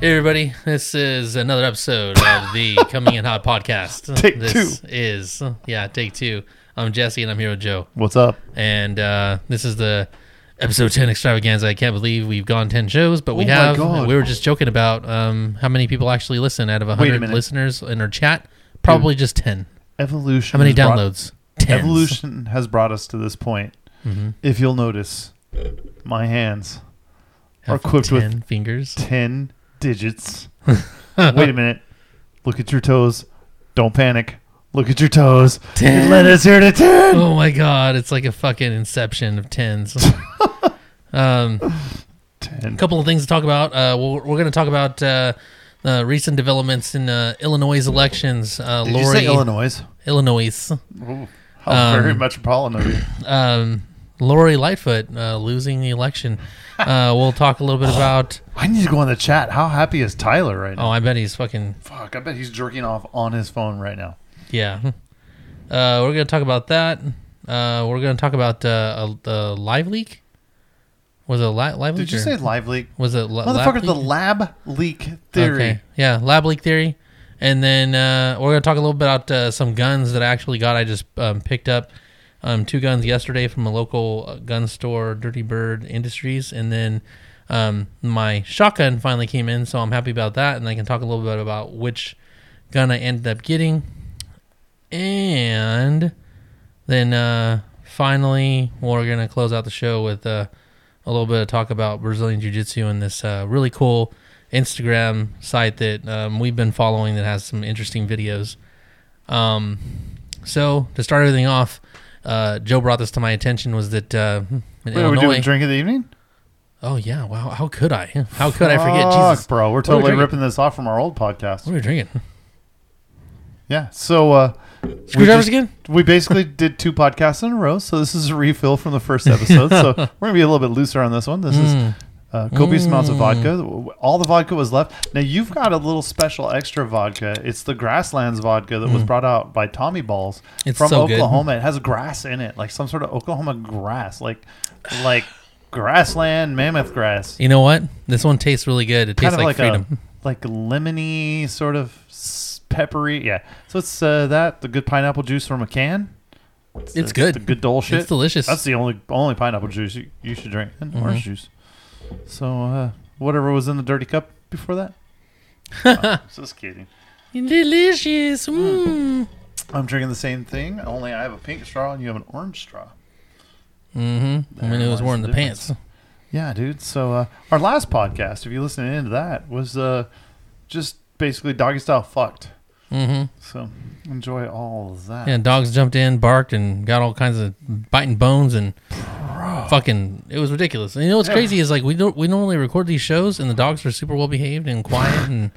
Hey everybody, this is another episode of the Coming in Hot podcast. Take this is yeah, take two. I'm Jesse and I'm here with Joe. What's up? And uh, this is the episode ten extravaganza. I can't believe we've gone ten shows, but we Oh my have God. we were just joking about um, how many people actually listen out of a hundred minute. listeners in our chat. Probably just ten. Evolution. How many has brought- downloads? Ten. evolution has brought us to this point. Mhm. If you'll notice, my hands are Have equipped with- ten fingers. ten digits. Wait a minute. Look at your toes. Don't panic. Look at your toes. Ten. It led us here to ten. Oh my god, it's like a fucking inception of tens. um Ten. a couple of things to talk about. Uh, we're we're going to talk about uh, uh, recent developments in uh, Illinois elections. Uh, Did Lori, you say Illinois? Illinois. Ooh, how Um, very metropolitan of you. Um, Lori Lightfoot uh, losing the election. Uh, we'll talk a little bit about. I need to go on the chat. How happy is Tyler right now? Oh, I bet he's fucking Fuck, I bet he's jerking off on his phone right now. yeah. Uh, we're going to talk about that. Uh, we're going to talk about uh, a, a live leak. Was it a li- live leak? Did you or- say live leak? Was it li- Uh, lab Motherfucker, leak? the lab leak theory. Yeah, lab leak theory. And then uh, we're going to talk a little bit about uh, some guns that I actually got. I just um, picked up um, two guns yesterday from a local uh, gun store, Dirty Bird Industries. And then um, my shotgun finally came in, so I'm happy about that. And I can talk a little bit about which gun I ended up getting. And then uh, finally, we're going to close out the show with uh, a little bit of talk about Brazilian Jiu Jitsu and this uh, really cool Instagram site that um, we've been following that has some interesting videos. Um, so, to start everything off, uh, Joe brought this to my attention was that uh, in Wait, are we doing drink of the evening? Oh yeah! Wow! How could I? How could I forget? Jesus! bro. are We're we totally drinking? ripping this off from our old What podcast. are we drinking? Yeah. So uh, we, Screwdrivers just- again? we basically did two podcasts in a row. So this is a refill from the first episode. so we're gonna be a little bit looser on this one. This is Mm. uh, copious amounts of Mm. vodka. All the vodka was left. Now you've got a little special extra vodka. It's the Grasslands vodka that was brought out by Tommy Balls Mm. It's from so good. Oklahoma. It has grass in it, like some sort of Oklahoma grass, like like grassland, mammoth grass. You know what? This one tastes really good. It tastes kind of like, like, freedom. a like lemony sort of s- peppery. Yeah. So it's uh, that the good pineapple juice from a can. uh, It's good. The good dole shit. it's delicious. That's the only only pineapple juice you, you should drink and orange Mm-hmm. juice. So uh, whatever was in the dirty cup before that. Oh, just kidding. delicious. Mm. I'm drinking the same thing. Only I have a pink straw and you have an orange straw. Mm-hmm. I mean, it There was lies more in the the difference. pants. Yeah, dude. So uh, our last podcast, if you listen into that, was uh, just basically doggy style fucked. Mm-hmm. So enjoy all of that. Yeah, dogs jumped in, barked, and got all kinds of biting bones and fucking. It was ridiculous. And you know what's crazy is like we don't we normally record these shows and the dogs are super well behaved and quiet, and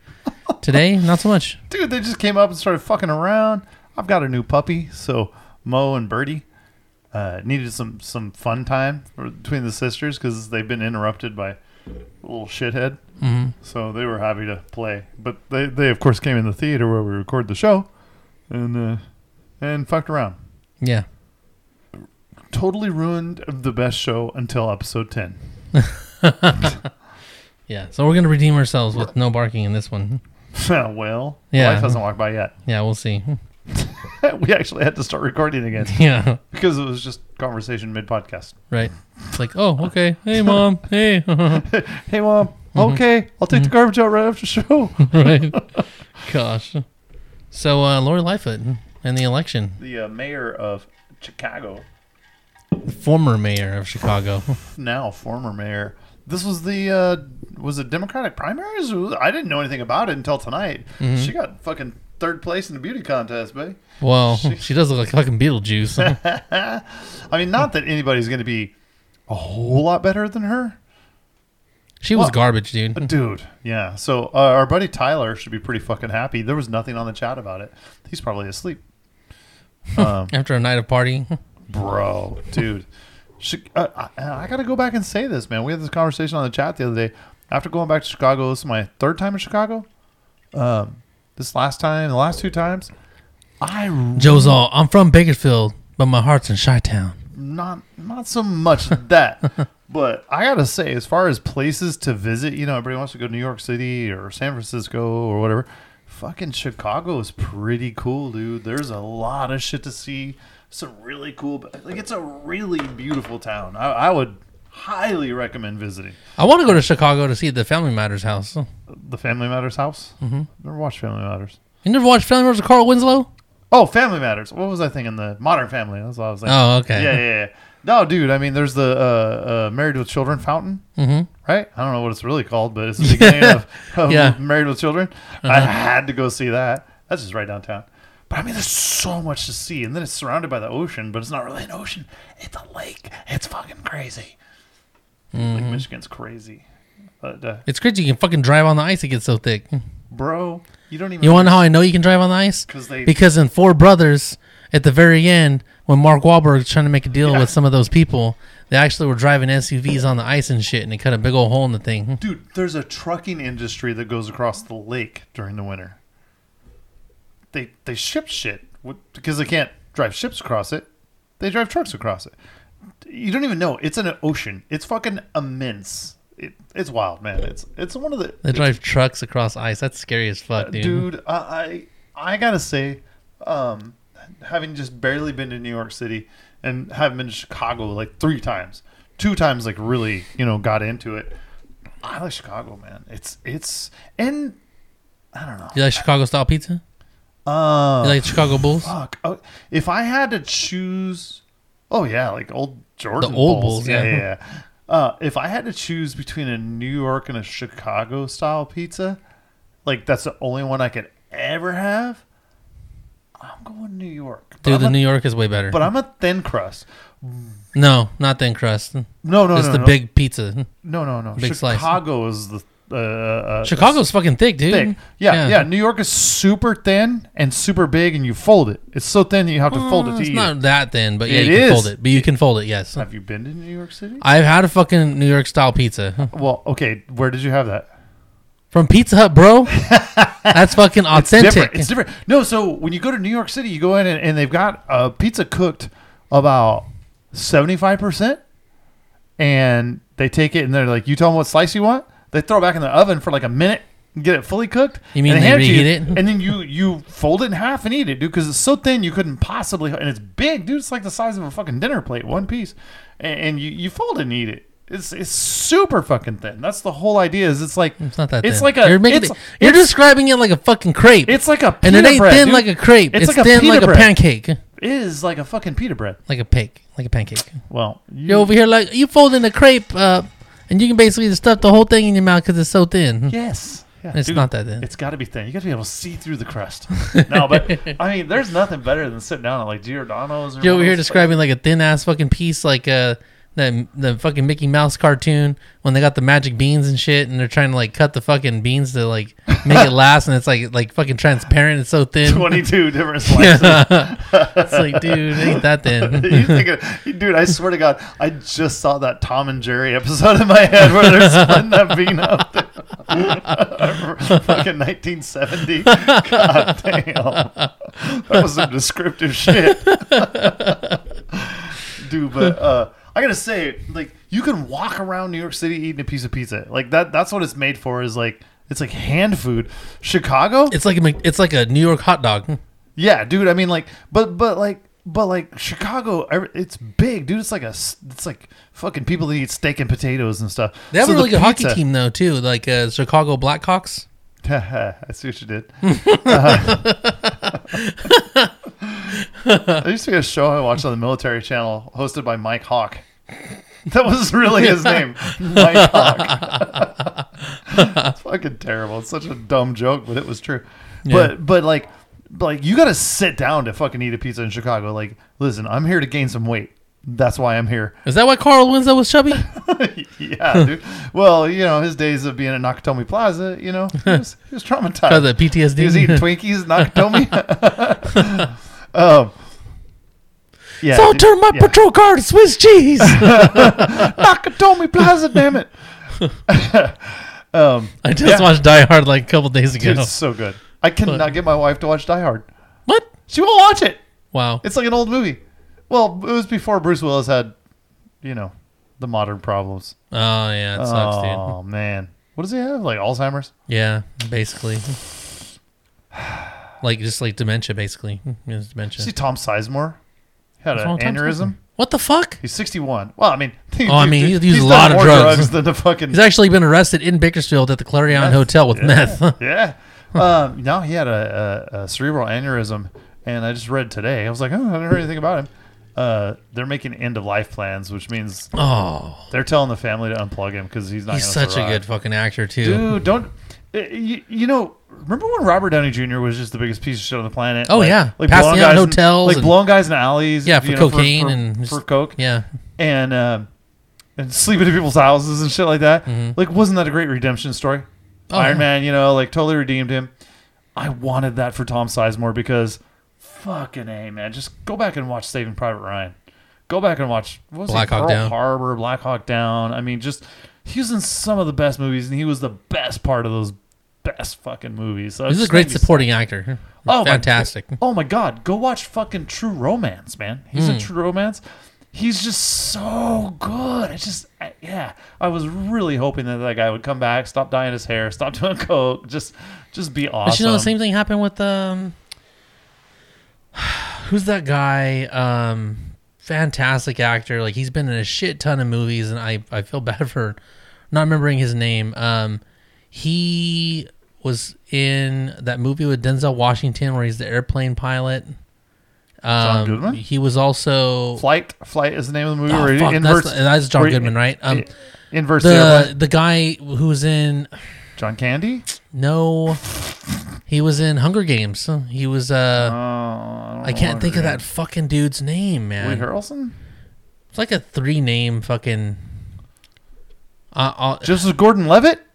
today not so much. Dude, they just came up and started fucking around. I've got a new puppy, so Mo and Birdie uh, needed some some fun time for- between the sisters because they've been interrupted by a little shithead. Mm-hmm. So they were happy to play, but they they of course came in the theater where we record the show, and uh, and fucked around. Yeah. Totally ruined the best show until episode ten. Yeah, so we're gonna redeem ourselves with no barking in this one. well, Yeah. life hasn't walked by yet. Yeah, we'll see. we actually had to start recording again Yeah, because it was just conversation mid podcast. right. It's like, oh, okay. Hey, mom. Hey. Hey, mom. Okay, I'll take the garbage out right after show. right. Gosh. So, uh, Lori Lightfoot and the election, the uh, mayor of Chicago, former mayor of Chicago. now former mayor. This was the uh, was it Democratic primaries? It was- I didn't know anything about it until tonight. She got fucking third place in the beauty contest, baby. Well, she does look like fucking Beetlejuice. I mean, not that anybody's going to be a whole lot better than her, She was Well- garbage, dude. but dude, yeah. So uh, our buddy Tyler should be pretty fucking happy. There was nothing on the chat about it. He's probably asleep. Um, After a night of partying. bro, dude. Chi- uh, I, I gotta go back and say this, man. We had this conversation on the chat the other day. After going back to Chicago, this is my third time in Chicago. Um, this last time, the last two times, I Joe's all, I'm from Bakersfield, but my heart's in Chi Town. not not so much that, But I gotta say, as far as places to visit, you know, everybody wants to go to New York City or San Francisco or whatever. Fucking Chicago is pretty cool, dude. There's a lot of shit to see. Some really cool, like it's a really beautiful town. I, I would highly recommend visiting I want to go to Chicago to see the Family Matters house. You the Family Matters house. Mm-hmm. Never watched Family Matters. never watched Family Matters with Carl Winslow? Oh, Family Matters. What was I thinking? The Modern Family. That's what I was thinking. Oh, okay. Yeah, yeah, yeah. No, dude. I mean, there's the uh, uh, Married with Children fountain, Mhm. right? I don't know what it's really called, but it's the beginning of, of Yeah. Uh-huh. Married with Children. I had to go see that. That's just right downtown. But I mean, there's so much to see, and then it's surrounded by the ocean, but it's not really an ocean. It's a lake. It's fucking crazy. Mm-hmm. Like Michigan's crazy, but uh, It's crazy you can fucking drive on the ice. It gets so thick. bro, you don't even. You want to know how I know you can drive on the ice? 'Cause they- because in Four Brothers, at the very end, when Mark Wahlberg's trying to make a deal Yeah. with some of those people, they actually were driving SUVs on the ice and shit, and they cut a big old hole in the thing. Dude, there's a trucking industry that goes across the lake during the winter. They they ship shit w- because they can't drive ships across it. They drive trucks across it. You don't even know it's an ocean. It's fucking immense. It, it's wild, man. It's it's one of the They drive trucks across ice. That's scary as fuck, dude. Uh, dude. I I I gotta say, um, having just barely been to New York City and having been to Chicago like three times, two times like really you know got into it. I like Chicago, man. It's it's and I don't know. You like Chicago style pizza? Uh, You like Chicago Bulls? fuck. Oh, if I had to choose, oh yeah, like old Jordan The old Bulls. Bulls, yeah, yeah. yeah. yeah. Uh, if I had to choose between a New York and a Chicago style pizza, like that's the only one I could ever have. I'm going New York, but, Dude, the I'm, a, New York is way better. but I'm a thin crust. no, not thin crust. No, no, it's no, the no, big pizza. no, no, no. big slice. Chicago is the uh, uh, Chicago's fucking thick, dude. thick. Yeah, yeah, New York is super thin and super big, and you fold it. It's so thin that you have to fold it Uh, to it's eat. it. not that thin, but yeah, It you can fold is. it. But you can fold it, yes. Have you been to New York City? I've had a fucking New York style pizza Well, okay, where did you have that? from Pizza Hut, bro. That's fucking authentic. Different. It's different. No, so when you go to New York City, you go in and, and they've got a pizza cooked about 75%, and they take it and they're like, you tell them what slice you want. They throw it back in the oven for like a minute, get it fully cooked. You mean and they hand to reheat you, it? And then you you fold it in half and eat it, dude, because it's so thin you couldn't possibly. And it's big, dude. It's like the size of a fucking dinner plate, one piece. And, and you, you fold it and eat it. It's, it's super fucking thin. That's the whole idea. Is it's like It's not that. It's thin. like a. You're, making it's, it- you're it's- describing it like a fucking crepe. It's like a and it pita ain't bread, thin dude. like a crepe. It's, thin pita like a bread. pancake. It is like a fucking pita bread. Like a cake. Like a pancake. Well, you, You're over here like you folding a crepe up, and you can basically just stuff the whole thing in your mouth because it's so thin. yes, Yeah, It's dude, not that thin. It's got to be thin. You got to be able to see through the crust. no, but I mean, there's nothing better than sitting down at like Giordano's. Or You're over one here of those places. describing like a thin ass fucking piece, like uh that the fucking Mickey Mouse cartoon when they got the magic beans and shit, and they're trying to like cut the fucking beans to like make it last, and it's like like fucking transparent. It's so thin. twenty-two different slices. it's like, dude, it ain't that thin. You thinking- dude, I swear to God, I just saw that Tom and Jerry episode in my head where they're splitting that bean up. Fucking 1970. God damn. That was some descriptive shit. dude, but uh, I gotta say, like, you can walk around New York City eating a piece of pizza. Like that. That's what it's made for. Is like. It's like hand food. Chicago? It's like a, Mc- it's like a New York hot dog. Yeah, dude. I mean, like, but but like but like Chicago, every- it's big, dude. It's like a s- it's like fucking people that eat steak and potatoes and stuff. They have So a the really good hockey pizza- team though too, like uh, Chicago Blackhawks. I see what you did. I used to get a show I watched on the military channel hosted by Mike Hawk. That was really his name, Mike Hawk. it's fucking terrible. It's such a dumb joke, but it was true. But but like but, like you got to sit down to fucking eat a pizza in Chicago. Like, listen, I'm here to gain some weight. That's why I'm here. Is that why Carl Winslow was chubby? yeah, dude. Well, you know his days of being at Nakatomi Plaza. You know, he was, he was traumatized. Because of PTSD. He was eating Twinkies, Nakatomi. um, yeah, so dude, turn my yeah. patrol car to Swiss cheese. Nakatomi Plaza, damn it! um, I just Yeah. watched Die Hard like a couple days ago. dude, it's so good. I cannot get my wife to watch Die Hard. What? She won't watch it. Wow. It's like an old movie. Well, it was before Bruce Willis had, you know, the modern problems. Oh yeah, it sucks, oh man, what does he have? Like Alzheimer's? dude. Yeah, basically. Like just like dementia, basically. It's dementia. See Tom Sizemore He had What's an wrong with Tom aneurysm. What the fuck? He's 61. Well, I mean, Oh, I mean, he's used a done lot of more drugs. than the fucking. He's actually been arrested in Bakersfield at the Clarion Meth. Hotel with meth. yeah. Um, no, he had a, a, a cerebral aneurysm, and I just read today. I was like, oh, I didn't hear anything about him. Uh, they're making end of life plans, which means oh, they're telling the family to unplug him because he's not. he's gonna such a survive. good fucking actor too. dude. Don't uh, you, you know? Remember when Robert Downey Jr. was just the biggest piece of shit on the planet? Oh, Like- yeah. like Passing blowing out in guys hotels like and- blowing guys in alleys. Yeah, for you know, cocaine for, and for just- coke Yeah, and um, and sleeping in people's houses and shit like that. Like, wasn't that a great redemption story? Mm-hmm. Oh, Iron yeah. Man, you know, like totally redeemed him. I wanted that for Tom Sizemore because, fucking a man, just go back and watch Saving Private Ryan. Go back and watch what was Black it, Hawk Pearl Down. Harbor, Black Hawk Down. I mean, just he was in some of the best movies, and he was the best part of those best fucking movies. So it he's a just great made me- supporting actor. Oh, my- fantastic. Oh my god, go watch fucking True Romance, man. He's Hmm. in True Romance. He's just so good. It's just I- yeah. I was really hoping that that guy would come back, stop dyeing his hair, stop doing coke, just just be awesome. But you know, the same thing happened with um, who's that guy? Um, fantastic actor. Like he's been in a shit ton of movies, and I I feel bad for not remembering his name. Um, he was in that movie with Denzel Washington where he's the airplane pilot. Um, Goodman? He was also Flight, flight is the name of the movie. Oh, where he fuck, that's- inverts, that's John where he- Goodman, right? Um, i- inverts the, the airplane. the guy who's in John Candy. no, he was in Hunger Games. He was uh. Oh, I, I can't think of that fucking dude's name, Woody man. Harrelson. It's like a three name fucking. Uh, I'll, Joseph Gordon-Levitt.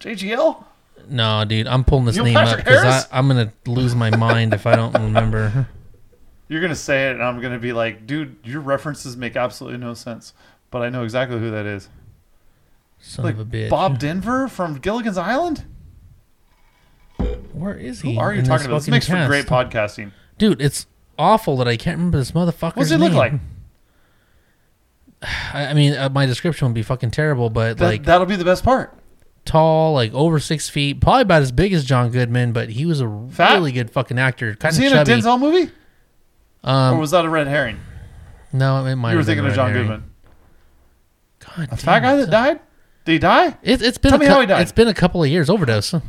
JGL. no, dude, I'm pulling this You name up Patrick because Harris? I'm gonna lose my mind if I don't remember. You're gonna say it, and I'm gonna be like, dude, your references make absolutely no sense. But I know exactly who that is. Son Like of a bitch. Bob Denver from Gilligan's Island. where is he? Who are you in talking about? This fucking makes for cast? great podcasting. Dude, it's awful that I can't remember this motherfucker's What does it look name. like? I, I mean, uh, my description would be fucking terrible, but That, like that'll be the best part. tall, like over six feet, probably about as big as John Goodman, but he was a Fat? really good fucking actor. Kind Is of he in chubby. a Denzel movie, um, or was that a red herring? no, it might. You were have been thinking of Red John Herring. Goodman, God, a fat guy that died. Did he die? It, it's been Tell a me cou- how he died. It's been a couple of years. Overdose. It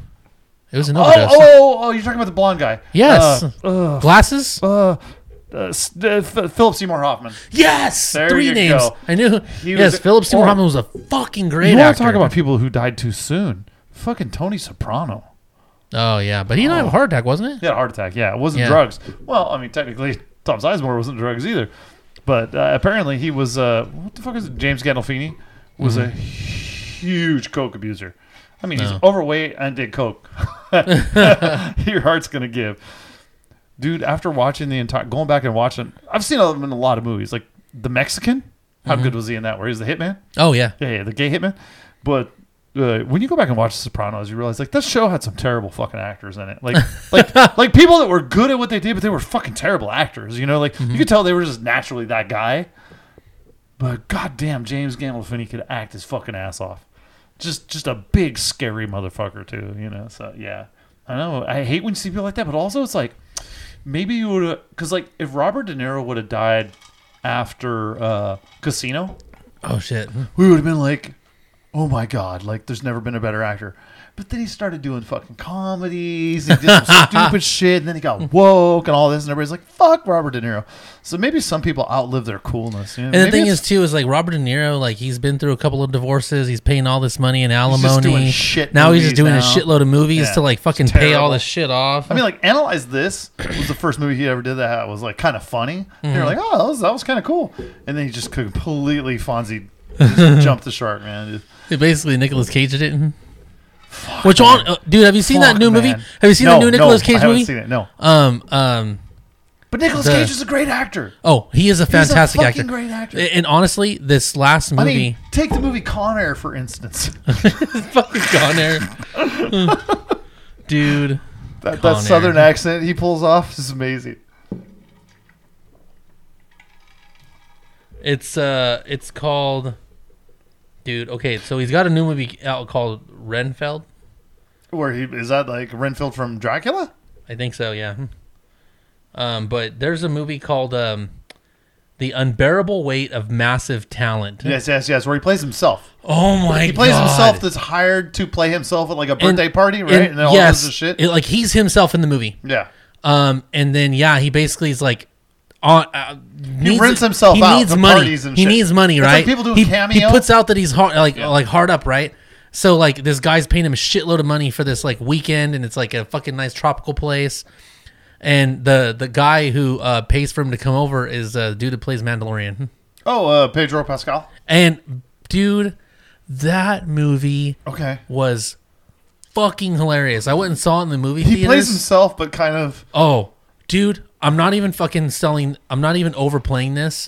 was an Oh, oh, overdose. oh, oh, you're talking about the blonde guy. Yes. Uh, uh, Glasses. uh, uh, S- uh, F- Philip Seymour Hoffman. Yes. There Three you names. go. I knew. He yes, was- Philip Seymour or- Hoffman was a fucking great You want to actor. talk about people who died too soon? Fucking Tony Soprano. Oh yeah, but he didn't have a heart attack, wasn't He it? had a heart attack. Yeah, it wasn't Yeah. drugs. Well, I mean, technically, Tom Sizemore wasn't drugs either, but uh, apparently he was. Uh, what the fuck is it? James Gandolfini was a huge coke abuser. I mean, Mm-hmm. No. he's overweight and did coke. Your heart's gonna give, dude. After watching the entire, going back and watching, I've seen him in a lot of movies, like The Mexican. How Mm-hmm. good was he in that? Where he was the hitman? Oh yeah. Yeah, yeah, the gay hitman. But uh, when you go back and watch The Sopranos, you realize like that show had some terrible fucking actors in it. Like, like, like people that were good at what they did, but they were fucking terrible actors. You know, like you could tell they were just naturally that guy. But goddamn, James Gandolfini could act his fucking ass off. Just, just a big scary motherfucker too. You know, so yeah. I know. I hate when you see people like that, but also it's like maybe you would have because like if Robert De Niro would have died after uh, Casino, Oh shit. we would have been like, oh my god, like there's never been a better actor. But then he started doing fucking comedies. He did some stupid shit, and then he got woke and all this, and everybody's like, "Fuck Robert De Niro." So maybe some people outlive their coolness. You know? And the Maybe thing it's- is, too, is like Robert De Niro, like he's been through a couple of divorces. He's paying all this money in just doing alimony. shit now he's just doing movies a now. shitload of movies Yeah, to like it's fucking pay all terrible. this shit off. I mean, like, analyze this was the first movie he ever did that was like kind of funny. And you're like, Mm-hmm. oh, that was, that was kind of cool. And then he just completely Fonzie just jumped the shark, man. Just- basically Nicolas Cage did it. Which one, uh, dude? Have you seen that fuck, new movie? man. Have you seen No, the new no, Nicolas Cage I haven't movie? Seen it, no, Um, um, but Nicolas The- Cage is a great actor. Oh, he is a fantastic fucking actor. great actor. A- And honestly, this last I movie, mean, take the movie Con Air for instance. fucking Con Air, dude. That, Con that Air. southern accent he pulls off is amazing. It's uh, it's called, dude. Okay, so he's got a new movie out called Renfeld. Where he is that like Renfield from Dracula? I think so. Yeah. Hmm. Um, but there's a movie called um, The Unbearable Weight of Massive Talent. Yes, yes, yes. Where he plays himself. Oh my! He plays God. himself. That's hired to play himself at like a And- birthday party, right? And, then all yes, this is shit. it- like he's himself in the movie. yeah. Um, and then yeah, he basically is like on. Uh, He needs- rents himself he out needs to money. parties and he shit. needs money, It's right? like people doing he, cameo. he puts out that he's hard, like Yeah. like hard up, right? So like this guy's paying him a shitload of money for this like weekend, and it's like a fucking nice tropical place. And the the guy who uh, pays for him to come over is uh, the dude who plays Mandalorian. Oh, uh, Pedro Pascal. And dude, that movie Okay. was fucking hilarious. I went and saw it in the movie He theaters. plays himself, but kind of. Oh, dude, I'm not even fucking selling. I'm not even overplaying this.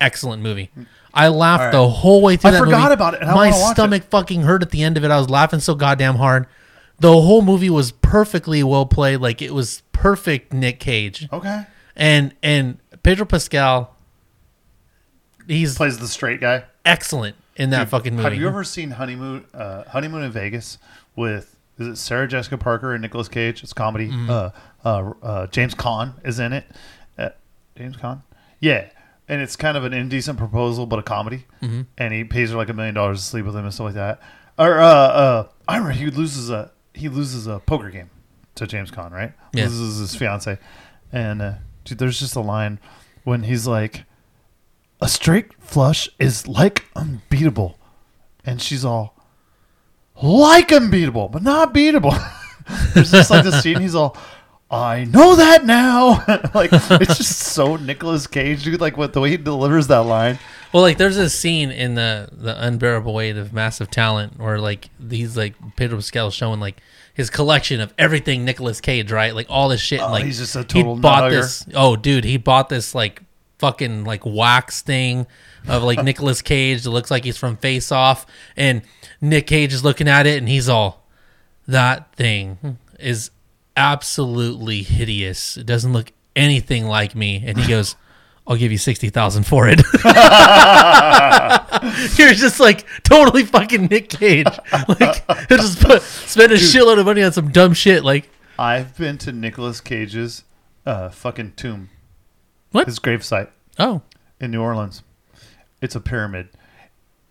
Excellent movie. I laughed Mm-hmm. All right. the whole way through. I that forgot movie. about it, and I My wanna watch it. stomach fucking hurt at the end of it. I was laughing so goddamn hard. The whole movie was perfectly well played. Like it was perfect Nick Cage, Okay. and and Pedro Pascal. He's Plays the straight guy. excellent in that fucking movie. Have you ever seen honeymoon uh, honeymoon in Vegas with is it Sarah Jessica Parker and Nicolas Cage? It's comedy. Uh, uh, uh, James Caan is in it. Uh, James Caan, yeah, and it's kind of an indecent proposal, but a comedy. And he pays her like a million dollars to sleep with him and stuff like that. Or uh, uh, I remember he loses a he loses a poker game to James Caan, right? Yeah. Loses his fiance, and uh, dude, there's just a line when he's like. A straight flush is like unbeatable. And she's all like unbeatable, but not beatable. There's just like this scene, he's all, I know that now. like it's just so Nicolas Cage, dude, like what the way he delivers that line. Well, like there's a scene in the the unbearable weight of massive talent where like he's like Pedro Pascal showing like his collection of everything Nicolas Cage, right? Like all this shit. and, Oh, like he's just a he total bought nugger. this. Oh, dude, he bought this like fucking like wax thing of like Nicolas Cage that looks like he's from Face Off, and Nick Cage is looking at it and he's all that thing is absolutely hideous. It doesn't look anything like me. And he goes, I'll give you 60,000 for it. You're just like totally fucking Nick Cage. Like, he'll just put, spend a shitload of money on some dumb shit. Like, I've been to Nicolas Cage's uh, fucking tomb. What? His gravesite. oh, in New Orleans. It's a pyramid.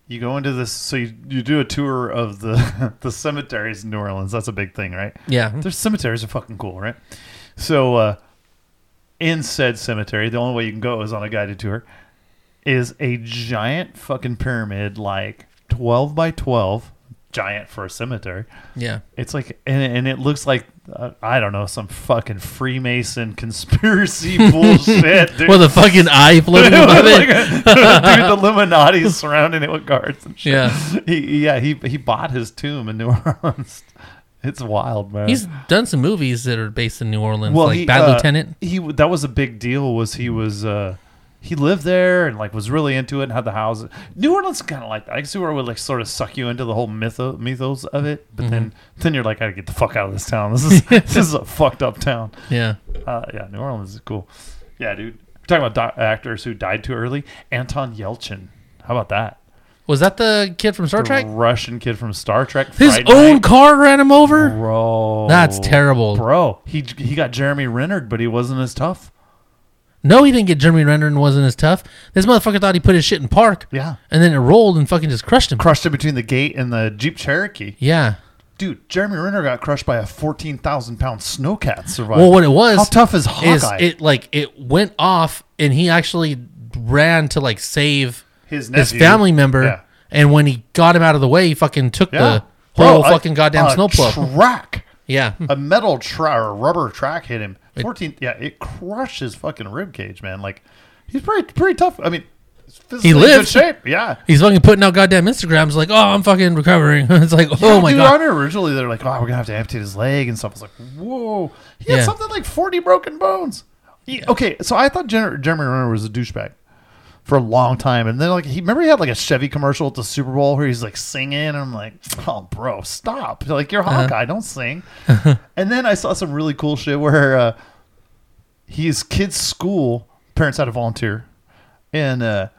You go into this, so you, you do a tour of the the cemeteries in New Orleans. That's a big thing, right? yeah. hmm, Their cemeteries are fucking cool, right? So, uh, in said cemetery, the only way you can go is on a guided tour. Is a giant fucking pyramid, like twelve by twelve, giant for a cemetery. Yeah. It's like, and, and it looks like uh, I don't know some fucking Freemason conspiracy bullshit. Dude. Well, the fucking eye floating above Like it. a- dude, the Illuminati is surrounding it with guards and shit. Yeah. He, yeah, he he bought his tomb in New Orleans. It's wild, man. He's done some movies that are based in New Orleans, like he, Bad uh, Lieutenant. He w- that was a big deal. Was he was uh, he lived there and like was really into it and had the house. New Orleans kind of like that. I can see where it would like sort of suck you into the whole mytho- mythos of it. But then Mm-hmm. then you're like, I gotta get the fuck out of this town. This is this is a fucked up town. Yeah. Uh, yeah, New Orleans is cool. Yeah, dude. We're talking about di- actors who died too early. Anton Yelchin. How about that? Was that the kid from Star The Trek? Russian kid from Star Trek. His Friday own Night. car ran him over? bro. That's terrible. bro. He he got Jeremy Renard, but he wasn't as tough. No, he didn't get Jeremy Renner and wasn't as tough. This motherfucker thought he put his shit in park. Yeah, And then it rolled and fucking just crushed him. crushed it between the gate and the Jeep Cherokee. yeah. Dude, Jeremy Renner got crushed by a fourteen thousand pound snowcat survivor. Well, what it was How tough is is Hawkeye? it like it went off and he actually ran to like save His his nephew. family member. Yeah. And when he got him out of the way, he fucking took yeah. the whole Bro, a- fucking goddamn a snowplow. Track. yeah. a metal track or a rubber track hit him. Fourteen, yeah, it crushed his fucking rib cage, man. Like he's pretty pretty tough. I mean, he's physically in good lived. shape. Yeah. He's fucking putting out goddamn Instagrams like, oh, I'm fucking recovering. it's like, oh Yeah, my dude, I God. remember originally they're like, "Oh, we're gonna have to amputate his leg and stuff." I was like, "Whoa!" He Yeah. had something like forty broken bones. He- Okay, so I thought Jer- Jeremy Renner was a douchebag for a long time, and then like he remember he had like a Chevy commercial at the Super Bowl where he's like singing, and I'm like, "Oh, bro, stop! Like you're Uh-huh. Hawkeye, don't sing." and then I saw some really cool shit where uh, his kid's school parents had to volunteer, and uh,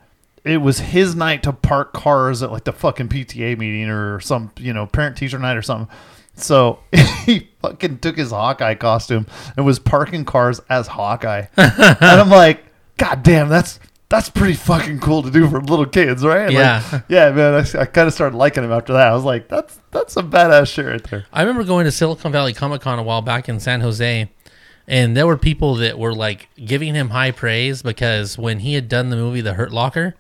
it was his night to park cars at like the fucking PTA meeting or some you know parent teacher night or something. So he fucking took his Hawkeye costume and was parking cars as Hawkeye, and I'm like, God damn, that's that's pretty fucking cool to do for little kids, right? Like, Yeah. yeah, man. I, I kind of started liking him after that. I was like, that's that's a badass shit right there. I remember going to Silicon Valley Comic Con a while back in San Jose, and there were people that were like giving him high praise because when he had done the movie The Hurt Locker,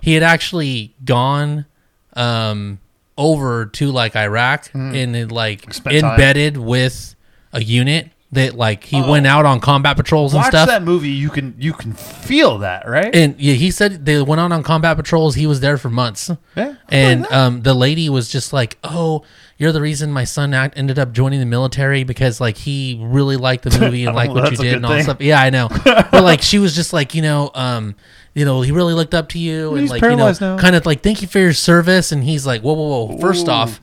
he had actually gone um, over to like Iraq and had, like Hmm. Spent time. embedded with a unit that like he went out on combat patrols and Watch stuff. that movie, you can you can feel that, right? And yeah, he said they went on on combat patrols. He was there for months. Yeah, And like that. um, the lady was just like, "Oh, you're the reason my son act- ended up joining the military because like he really liked the movie and liked Well, what you that's a did good and all thing. that stuff." Yeah, I know. but like, she was just like, you know, um, you know, he really looked up to you and He's like, you know, paralyzed now. kind of like, thank you for your service. And he's like, whoa, whoa, whoa. First off,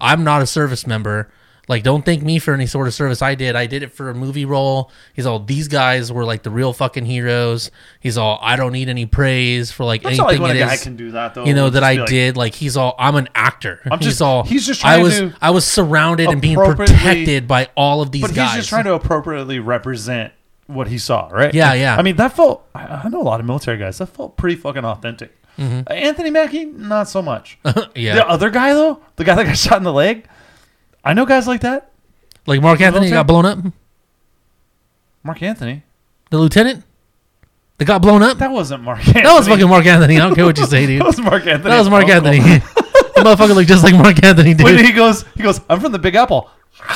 I'm not a service member. Like, don't thank me for any sort of service I did. I did it for a movie role. He's all, these guys were like the real fucking heroes. He's all, I don't need any praise for like That's anything always when it a guy is, can do that, though. You know Just that I be like- did. Like he's all, I'm an actor. I'm he's just- all. he's just I trying was. to I was surrounded and being appropriately- protected by all of these But guys. he's just trying to appropriately represent what he saw, right? Yeah, yeah. I mean, that felt. I I know a lot of military guys. That felt pretty fucking authentic. Uh, Anthony Mackie, not so much. Mm-hmm. yeah, The other guy though, the guy that got shot in the leg, I know guys like that. like Mark Anthony military? got blown up. Mark Anthony. The lieutenant that got blown up. That wasn't Mark. Anthony. That was fucking Mark Anthony. I don't care what you say, dude. That was Mark Anthony. That was Mark Uncle. Anthony. that motherfucker looked just like Mark Anthony, dude. When he goes, he goes. I'm from the Big Apple.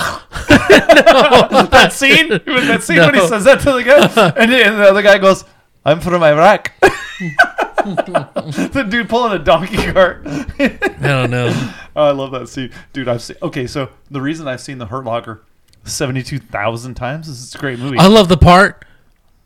that scene, when that scene when he No. says that to the guy, and, then the other guy goes, "I'm from Iraq." the dude pulling a donkey cart. I don't know. Oh, I love that scene, dude. I've seen. Okay, so the reason I've seen The Hurt Locker seventy-two thousand times is it's a great movie. I love the part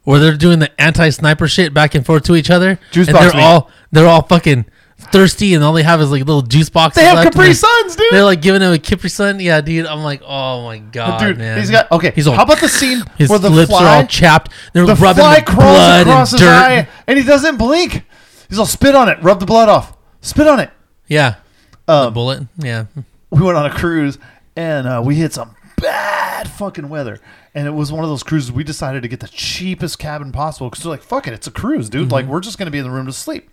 where they're doing the anti-sniper shit back and forth to each other, Juice and box they're me. all they're all fucking thirsty, and all they have is like little juice boxes. they have left, and Capri they're- Suns, dude. They're like giving him a Capri Sun. Yeah, dude. I'm like, oh my god, dude, man. he's got okay. He's all, how about the scene his where the lips fly, are all chapped. They're the rubbing fly the crawls blood across and his dirt. eye, and he doesn't blink. He's all spit on it, rub the blood off, spit on it. Yeah, the Um, bullet. Yeah, we went on a cruise and uh, we hit some bad fucking weather. And it was one of those cruises we decided to get the cheapest cabin possible because we're like, fuck it, it's a cruise, dude. Like, we're just going to be in the room to sleep.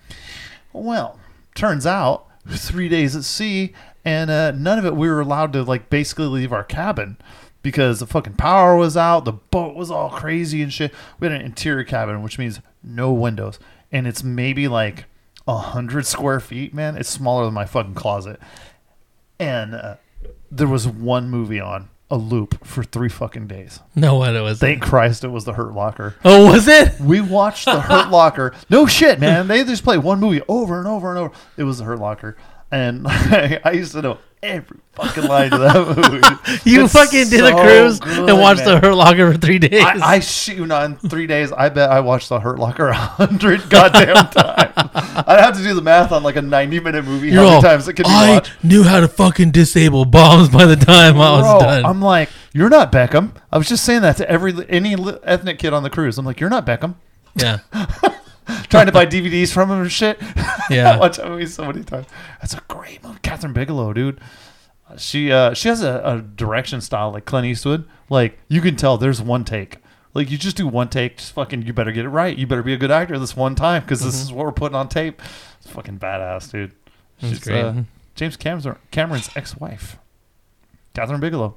Well, turns out three days at sea, and uh, none of it we were allowed to, like, basically leave our cabin because the fucking power was out, the boat was all crazy and shit. We had an interior cabin, which means no windows. And it's maybe like a hundred square feet, man. It's smaller than my fucking closet and uh, there was one movie on a loop for three fucking days. no, what it was. Thank Christ it was The Hurt Locker. oh, was it? We watched The Hurt Locker. No shit, man. They just play one movie over and over and over. It was The Hurt Locker, and I used to know every fucking line to that movie. You It's fucking did a so cruise good, and watched the man. Hurt Locker for three days. I, I shoot you know, in three days. I bet I watched The Hurt Locker a hundred goddamn times. I'd have to do the math on like a ninety-minute movie. You're how many all, times it can be I watched? knew how to fucking disable bombs by the time I was Bro, done. I'm like, you're not Beckham. I was just saying that to every any li- ethnic kid on the cruise. I'm like, you're not Beckham. yeah, Trying to buy DVDs from him and shit. Yeah. I watch that movie so many times. That's a great movie. Catherine Bigelow, dude. She uh, she has a, a direction style like Clint Eastwood. Like you can tell there's one take. Like you just do one take. Just fucking, you better get it right. You better be a good actor this one time because Mm-hmm. this is what we're putting on tape. It's fucking badass, dude. That's She's great. Uh, James Cameron Cameron's ex-wife, Catherine Bigelow.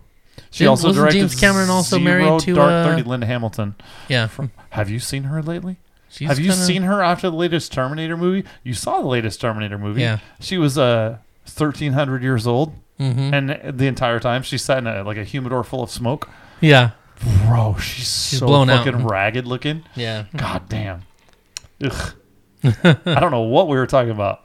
She Didn't- also wasn't directed James Cameron also Zero married to, Dark uh, Thirty. Linda Hamilton. yeah. Have you seen her lately? She's Have you kinda- seen her after the latest Terminator movie? You saw the latest Terminator movie. Yeah. She was uh, 1,300 years old, Mhm. and the entire time she sat in a, like a humidor full of smoke. Yeah, Bro, she's, so blown out. fucking ragged looking. yeah. God damn. Ugh. I don't know what we were talking about.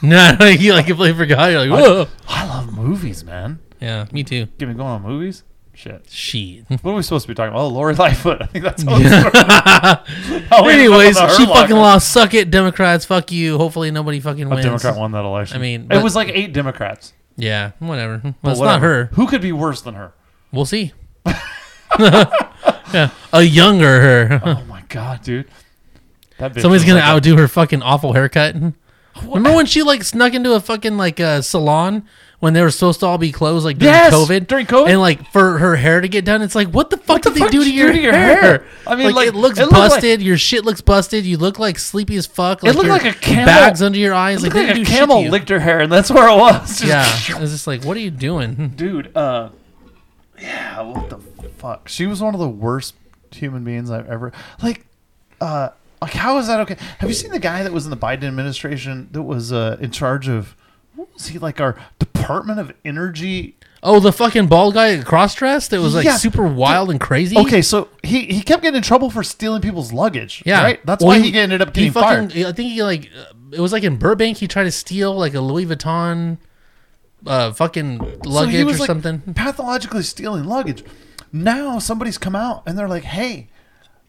No, you like completely forgot. You're like, I- whoa. I love movies, man. Yeah, me too. Get me going on movies? Shit. She. What are we supposed to be talking about? Oh, Lori Lightfoot. I think that's all it's Anyways, Oh, we she ended up on the Hurt fucking Locker. lost. Suck it, Democrats. Fuck you. Hopefully nobody fucking A wins. Democrat won that election. I mean, it but- was like eight Democrats. Yeah, whatever. Well, But it's not whatever. her. Who could be worse than her? We'll see. yeah, a younger her. Oh my god, dude. That bitch Somebody's was gonna like a- outdo her fucking awful haircut. Remember when she like snuck into a fucking like uh, salon when they were supposed to all be closed like during Yes, COVID? during COVID. and like for her hair to get done, it's like what the fuck did the they fuck do to did you your, do to your hair? hair? I mean, like, it looks it looked like- busted. your shit looks busted. You look like sleepy as fuck. looked your like a camel- Bags under your eyes. Like, Looked they like didn't do a shit camel to you. licked her hair, and that's where it was. Just Yeah, it was just like, what are you doing? dude. Uh, yeah, what the fuck? She was one of the worst human beings I've ever like. Uh, like how is that okay? Have you seen the guy that was in the Biden administration that was uh, in charge of? What was he like? Our Department of Energy. Oh, the fucking bald guy cross dressed that was like Yeah. super wild and crazy. Okay, so he he kept getting in trouble for stealing people's luggage. Yeah, right. That's Well, why he, ended up getting he fucking, fired. I think he like uh, it was like in Burbank. He tried to steal like a Louis Vuitton, uh, fucking So luggage he was or like something. pathologically stealing luggage. Now somebody's come out and they're like, hey,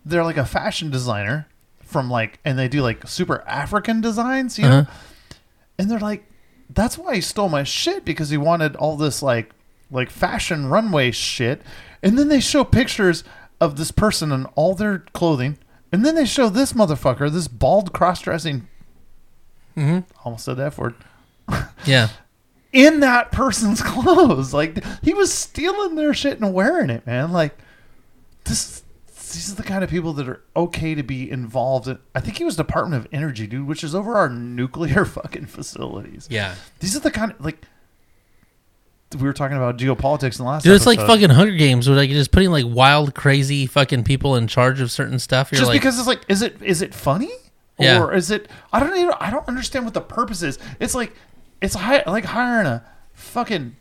they're like a fashion designer from like, and they do like super African designs, you know? Uh-huh. And they're like, that's why he stole my shit because he wanted all this like, like fashion runway shit. And then they show pictures of this person in all their clothing. And then they show this motherfucker, this bald cross dressing, Mm-hmm. almost said the F word Yeah, in that person's clothes. Like he was stealing their shit and wearing it, man. Like this these are the kind of people that are okay to be involved in I think he was Department of Energy, dude, which is over our nuclear fucking facilities. yeah. These are the kind of like we were talking about geopolitics in the last Dude, it's like episode. fucking Hunger Games, where like you're just putting like wild, crazy fucking people in charge of certain stuff. You're just like, because it's like is it is it funny Yeah. or is it i don't even i don't understand what the purpose is it's like it's hi, like hiring a fucking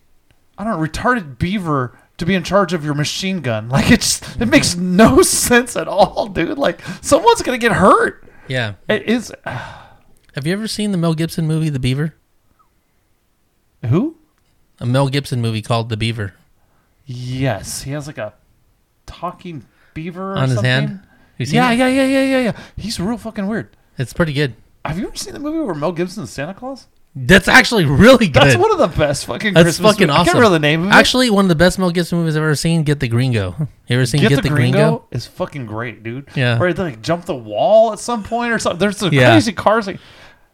i don't know retarded beaver to be in charge of your machine gun like it's it makes no sense at all dude like someone's gonna get hurt yeah. it is Have you ever seen the Mel Gibson movie, The Beaver? who A Mel Gibson movie called The Beaver. yes he has like a talking beaver or On his something. hand? You seen yeah it? yeah yeah yeah yeah yeah he's real fucking weird It's pretty good. have you ever seen the movie where mel gibson's santa claus That's actually really good. That's one of the best fucking That's Christmas fucking movies. I awesome. can't remember the name of it. Actually, one of the best Mel Gibson movies I've ever seen. Get the Gringo. You ever seen Get, the, Gringo? is fucking great, dude. Yeah. Where they like jump the wall at some point or something. There's some Yeah. crazy cars. Like,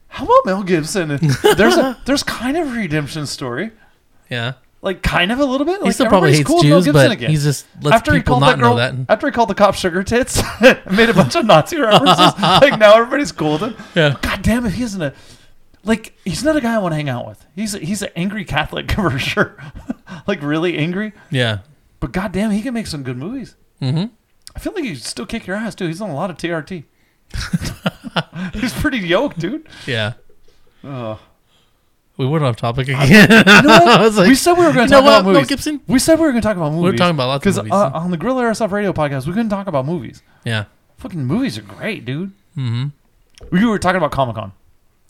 how about Mel Gibson? There's a there's kind of a redemption story. Yeah, Like kind of a little bit. he Like, still probably everybody's hates cool with Mel Jews, Gibson but again. he's just lets people not girl, know that. after he called the cop sugar tits, made a bunch of Nazi references. like now everybody's cool with him. Yeah. God damn it, he isn't a like he's not a guy I want to hang out with. He's a, he's an angry Catholic for sure, like really angry. Yeah, But goddamn, he can make some good movies. Mhm. I feel like he could still kick your ass too. He's on a lot of TRT. He's pretty yoked, dude. yeah. Oh. We went off topic again. You know what? I was like, we said we were going you to know talk what, about Mel movies. Gibson? We said we were going to talk about movies. talking about lots of movies. Because uh, on the Grill Airsoft Radio podcast, we couldn't talk about movies. yeah. Fucking movies are great, dude. Mm-hmm. We were talking about Comic Con.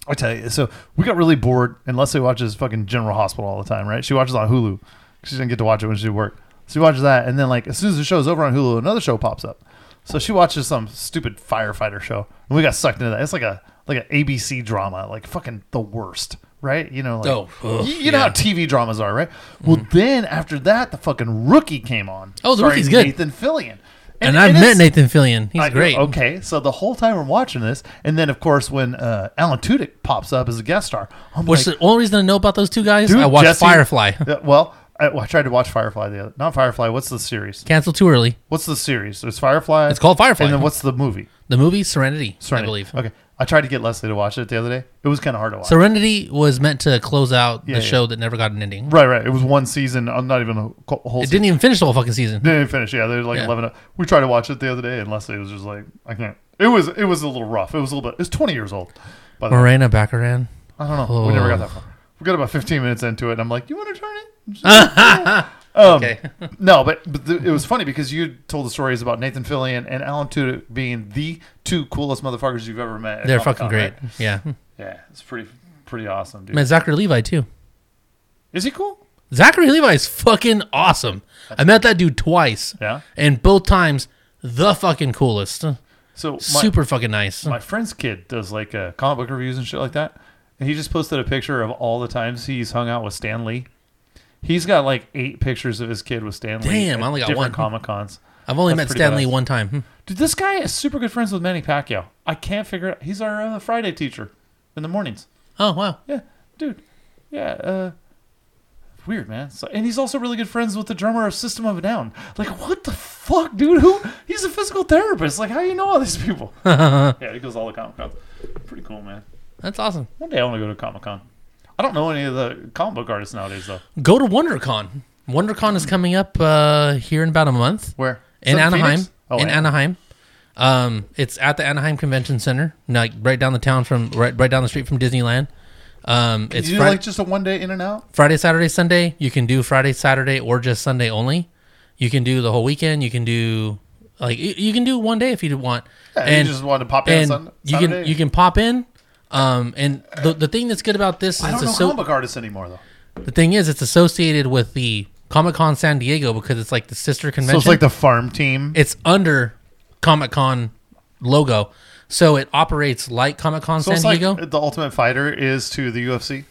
I tell you, so we got really bored. And Leslie watches fucking General Hospital all the time, right? She watches on Hulu. 'cause She didn't get to watch it when she worked. So she watches that, and then like as soon as the show's over on Hulu, another show pops up. So she watches some stupid firefighter show, and we got sucked into that. It's like a like an ABC drama, like fucking the worst, right? You know, like Oh, ugh, you, you know yeah. Mm-hmm. how TV dramas are, right? Well, then after that, the fucking rookie came on. Oh, The starring Rookie's good. Nathan Fillion, And, I've it met is- Nathan Fillion. He's I- great. Okay, so the whole time we're watching this, and then of course when uh, Alan Tudyk pops up as a guest star, I'm Which like, the only reason I know about those two guys, dude, I watched Jesse- Firefly. Yeah, well, I, well, I tried to watch Firefly the other, not Firefly. What's the series? Canceled too early. What's the series? There's Firefly. It's called Firefly. And then what's the movie? The movie Serenity, I Serenity. believe. Okay, I tried to get Leslie to watch it the other day. It was kind of hard to watch. Serenity was meant to close out Yeah, the yeah. show that never got an ending. right, right. It was one season. I'm not even a co- whole. It season. didn't even finish the whole fucking season. Didn't even finish. Yeah, they're like Yeah. eleven. uh, We tried to watch it the other day, and Leslie was just like, I can't. It was it was a little rough. It was a little bit. It was 20 years old. By the way. Morena Baccaran. I don't know. We never got that far. We got about 15 minutes into it, and I'm like, "You want to turn it?" um, Okay. no, but, but th- it was funny because you told the stories about Nathan Fillion and Alan Tudyk being the two coolest motherfuckers you've ever met. at They're Comic-Con, fucking great. right? Yeah. Yeah, it's pretty pretty awesome, dude. Man, Zachary Levi, too. Is he cool? Zachary Levi is fucking awesome. I met that dude twice. Yeah. And both times, the fucking coolest. So my, Super fucking nice. my friend's kid does like uh, comic book reviews and shit like that, and he just posted a picture of all the times he's hung out with Stan Lee. He's got like eight pictures of his kid with Stan Lee. Damn, at I only got different one. Comic cons. I've only met That's pretty Stanley badass. one time. Hmm. Dude, this guy is super good friends with Manny Pacquiao. I can't figure it out. He's our uh, Friday teacher in the mornings. Oh wow. Yeah, dude. Yeah, uh, weird, man. So, and he's also really good friends with the drummer of System of a Down. Like, what the fuck, dude? Who? He's a physical therapist. Like, how do you know all these people? yeah, he goes all the Comic Cons. Pretty cool, man. That's awesome. One day I want to go to Comic Con. I don't know any of the comic book artists nowadays, though. Go to WonderCon. WonderCon is coming up uh, here in about a month Where? in Southern Anaheim. Phoenix? Oh, in Anaheim. Anaheim. Um, it's at the Anaheim Convention Center, like right down the town from right, right down the street from Disneyland. Um, it's Did you do, Fri- like just a one day in and out? Friday, Saturday, Sunday. You can do Friday, Saturday, or just Sunday only. You can do the whole weekend. You can do like you, you can do one day if you want. Yeah, and you just wanted to pop in and Sun- you Saturday. can you can pop in. Um, and the the thing that's good about this I is don't the know so- comic artists anymore, though. the thing is it's associated with the Comic Con San Diego because it's like the sister convention. So it's like the farm team. it's under Comic Con logo, so it operates like Comic Con so San it's like Diego. the Ultimate Fighter is to the UFC.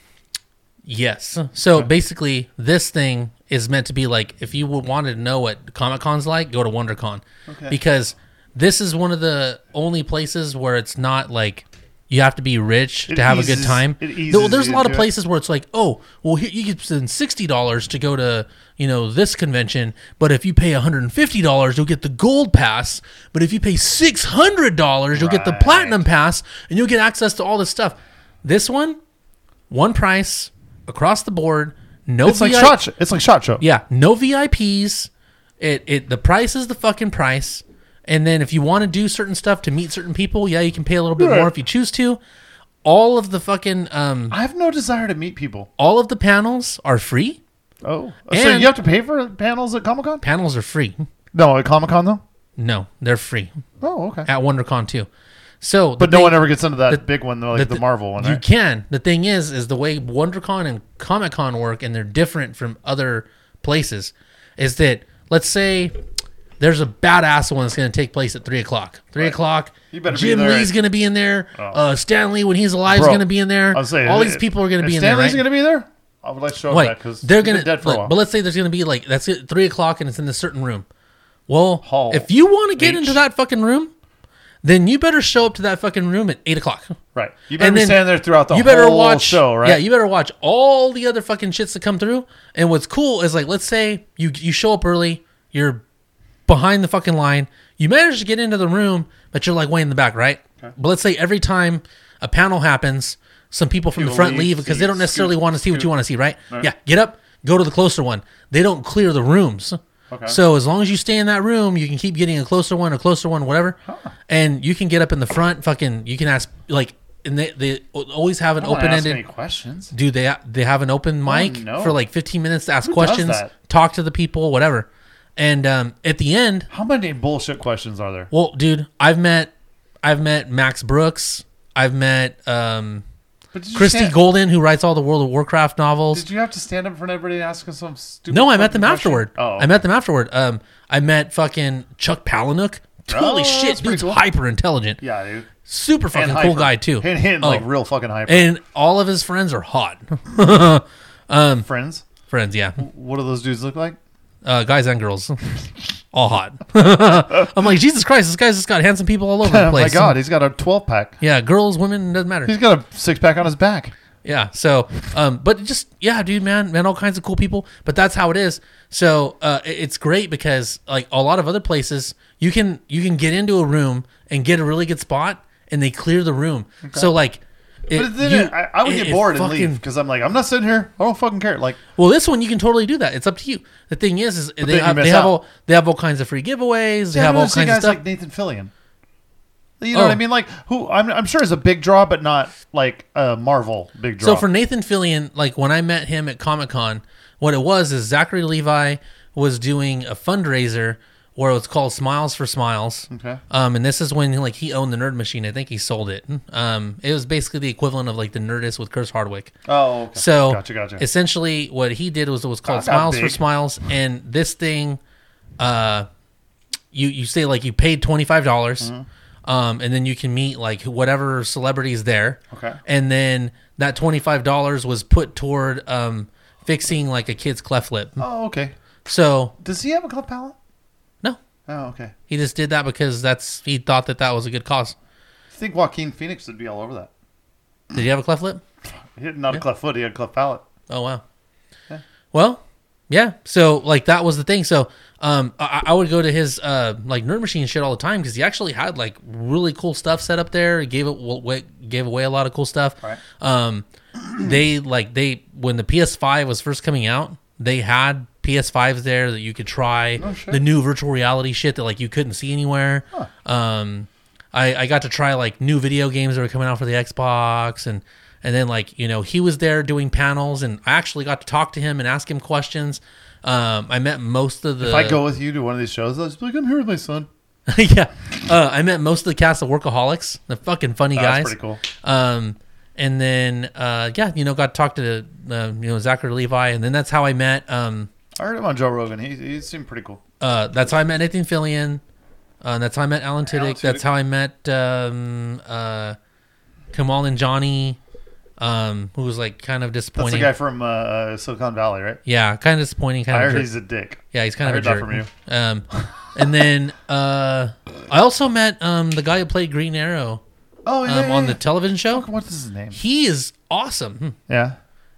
yes. So basically, this thing is meant to be like if you would wanted to know what Comic Con's like, go to WonderCon Okay. because this is one of the only places where it's not like. You have to be rich It to have a eases- good time. it There- eases well, there's a you lot of into it. places where it's like, oh, well, here you can spend sixty dollars to go to you know this convention, but if you pay one hundred and fifty dollars, you'll get the gold pass. But if you pay six hundred dollars, you'll get the Right. platinum pass, and you'll get access to all this stuff. This one, one price across the board. No, It's like VIP shot. Sh- It's like shot show. yeah, no VIPs. It it the price is the fucking price. And then if you want to do certain stuff to meet certain people, yeah, you can pay a little bit Yeah. more if you choose to. All of the fucking um I have no desire to meet people. all of the panels are free. Oh, so And- you have to pay for panels at Comic Con? Panels are free. No, at Comic Con though. No, they're free Oh, okay. at WonderCon too. So, the But no thing- one ever gets into that the- big one, though, like the, thi- Marvel one. You Right? can. The thing is, is the way WonderCon and Comic Con work, and they're different from other places, is that let's say there's a badass one that's going to take place at three o'clock. Three o'clock. You better be Jim there Lee's at- going to be in there. Uh, Stanley, when he's alive, is Bro, going to be in there. I'm saying all if- these people are going to if be in there. Stanley's right? going to be there. I would like to show Wait, him that because they're gonna dead for a look, while. But let's say there's gonna be like that's it, three o'clock, and it's in a certain room. Well, Hall. if you want to get Beach. into that fucking room, then you better show up to that fucking room at eight o'clock. right, you better be then standing there throughout the you better whole watch show, right? Yeah, you better watch all the other fucking shits that come through. And what's cool is like, let's say you you show up early, you're behind the fucking line, you manage to get into the room, but you're like way in the back, right? But let's say every time a panel happens, some people from the People front leave, leave because see, they don't necessarily scoot, want to see what you scoot. want to see, right? Yeah, get up, go to the closer one. They don't clear the rooms. Okay. So as long as you stay in that room, you can keep getting a closer one, a closer one, whatever, and you can get up in the front. Fucking, you can ask like, and they they always have an I don't wanna open ask Any ended. questions? Do they they have an open mic no. for like 15 minutes to ask does questions, that? talk to the people, whatever, and um, at the end, How many bullshit questions are there? well, dude, I've met I've met Max Brooks, I've met um, But did you Christy stand- Golden who writes all the World of Warcraft novels. Did you have to stand up in front of everybody and ask them some stupid? No, I met them fucking question? afterward. Oh, I met them afterward. Um, I met fucking Chuck Palahniuk. Holy Oh, shit, that's pretty dude's cool. hyper intelligent, yeah, dude. super fucking And cool hyper. guy too. And, and like Oh, real fucking hyper and all of his friends are hot friends. friends. Yeah, What do those dudes look like? uh, guys and girls, all hot. I'm like Jesus Christ, this guy's just got handsome people all over the Oh my place. god, he's got a twelve pack. Yeah, girls, women, doesn't matter. He's got a six pack on his back. Yeah. So, um, but just yeah, dude, man, man, all kinds of cool people. But that's how it is. So uh, it- it's great because like a lot of other places, you can you can get into a room and get a really good spot, and they clear the room. So like, it, But then you- I, I would it- get it bored and fucking- leave because I'm like, I'm not sitting here. I don't fucking care. Like, Well, this one you can totally do that. It's up to you. The thing is, is they then you have miss they have out. all they have all kinds of free giveaways. They I have don't all see kinds of guys stuff. like Nathan Fillion. You know Oh. what I mean? Like, who I'm, I'm sure is a big draw, but not like a Marvel big draw. So for Nathan Fillion, like when I met him at Comic Con, what it was is Zachary Levi was doing a fundraiser where it was called Smiles for Smiles. Okay. Um, and this is when like he owned the Nerd Machine. I think he sold it. Um, it was basically the equivalent of like the Nerdist with Chris Hardwick. oh, okay. So gotcha, gotcha. essentially, what he did was it was called I got Smiles for big. Smiles, and this thing, uh, you you say like you paid twenty five dollars, Mm-hmm. um, and then you can meet like whatever celebrities there. Okay. And then that twenty five dollars was put toward um fixing like a kid's cleft lip. oh, okay. So Does he have a club palette? no, Oh, okay. he just did that because that's he thought that that was a good cause. I think Joaquin Phoenix would be all over that. Did you have a cleft lip? He did not a cleft foot. He had a cleft palate. Oh wow. Well, yeah. So like that was the thing. So um, I, I would go to his uh like nerd machine shit all the time because he actually had like really cool stuff set up there. He gave it away, gave away a lot of cool stuff. Right. Um, they like they when the PS5 was first coming out, they had PS5s there that you could try Oh, shit. Oh, the new virtual reality shit that like you couldn't see anywhere. Um, I, I got to try like new video games that were coming out for the Xbox and and then like you know he was there doing panels and I actually got to talk to him and ask him questions. Um, I met most of the If I go with you to one of these shows, I'll just be like, I'm here with my son. yeah uh, I met most of the cast of Workaholics, the fucking funny That's guys. pretty cool. Um, and then uh, yeah, you know, got to talk to uh, you know Zachary Levi, and then that's how I met. Um, I heard him on Joe Rogan. He, he seemed pretty cool. uh, that's how I met Nathan Fillion. Uh, that's how I met Alan Tiddick. Alan Tiddick. That's how I met um, uh, Kamal and Johnny, um, who was like kind of That's disappointing. the guy from uh, uh, Silicon Valley, right? yeah, kind of disappointing. I Kind of heard jerk. he's a dick. yeah, he's kind I of a heard that jerk. from you. Um, and then uh, I also met um, the guy who played Green Arrow Oh, yeah. um, yeah, on the yeah. television show. What's his name? He is awesome. Hmm. Yeah.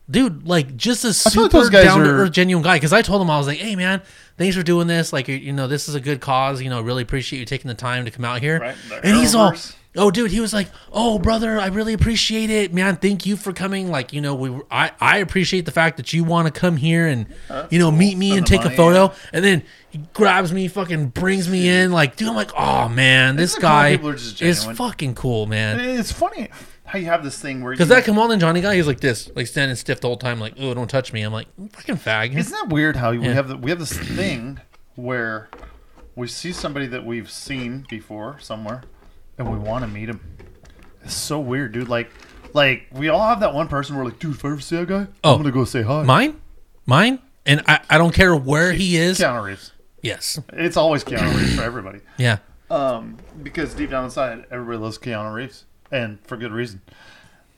dude, like just a feel like super those guys down to are- earth, genuine guy. Because I told him I was like, "Hey, man, thanks for doing this. Like, you- you know, this is a good cause. You know, really appreciate you taking the time to come out here." Right, the And he's all, Arrowverse. "Oh, dude," he was like, "Oh, brother, I really appreciate it, man. Thank you for coming. Like, you know, we were- I I appreciate the fact that you want to come here and you know meet me Spend and the take a money, photo." And then he grabs me, fucking brings me in. Like, dude, I'm like, "Oh man, this Isn't it cool guy people are just is genuine? fucking cool, man." It's funny how you have this thing where Because you- that Kamal and Johnny guy, he's like this, like standing stiff the whole time, like, oh, don't touch me. I'm like, fucking fag. Isn't that weird how we have the, we have this thing where we see somebody that we've seen before somewhere, and we want to meet him. It's so weird, dude. Like, like we all have that one person. We're like, dude, if I ever see that guy, Oh. I'm gonna go say hi. Mine? Mine? And I, I don't care where he is. Keanu Reeves. Yes. It's always Keanu Reeves for everybody. Yeah. Um, because deep down inside, everybody loves Keanu Reeves, and for good reason.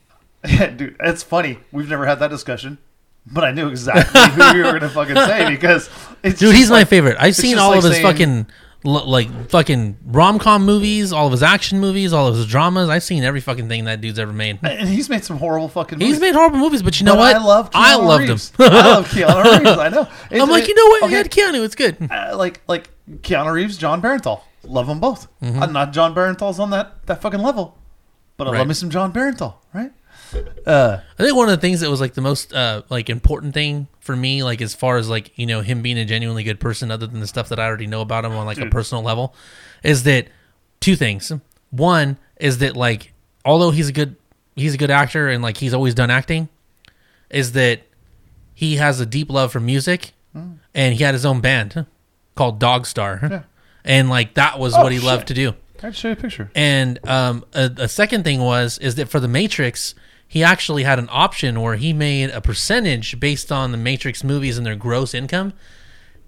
Dude, it's funny. We've never had that discussion, but I knew exactly who you were gonna fucking say because it's Dude, just he's my like- favorite. I've seen just all like of his saying- fucking, lo- like, fucking rom com movies, all of his action movies, all of his dramas. I've seen every fucking thing that dude's ever made. And he's made some horrible fucking. Movies. He's made horrible movies, but you know But what? I love. Keanu I loved Reeves. him. I love Keanu Reeves. I know. It's- I'm like, it- you know what? okay, You had Keanu. It's good. uh, like like Keanu Reeves, John Barentall. Love them both. Mm-hmm. I'm not John Barentall's on that that fucking level, but I Right. love me some John Barenthal, right? Uh, I think one of the things that was like the most uh, like important thing for me, like as far as like you know him being a genuinely good person, other than the stuff that I already know about him on Hmm. like a personal level, is that two things. One is that like although he's a good he's a good actor and like he's always done acting, is that he has a deep love for music, Hmm. and he had his own band called Dog Star, and like that was Oh, what he loved shit. to do. I'd show you a picture. And um, a, a second thing was is that for the Matrix, he actually had an option where he made a percentage based on the Matrix movies and their gross income.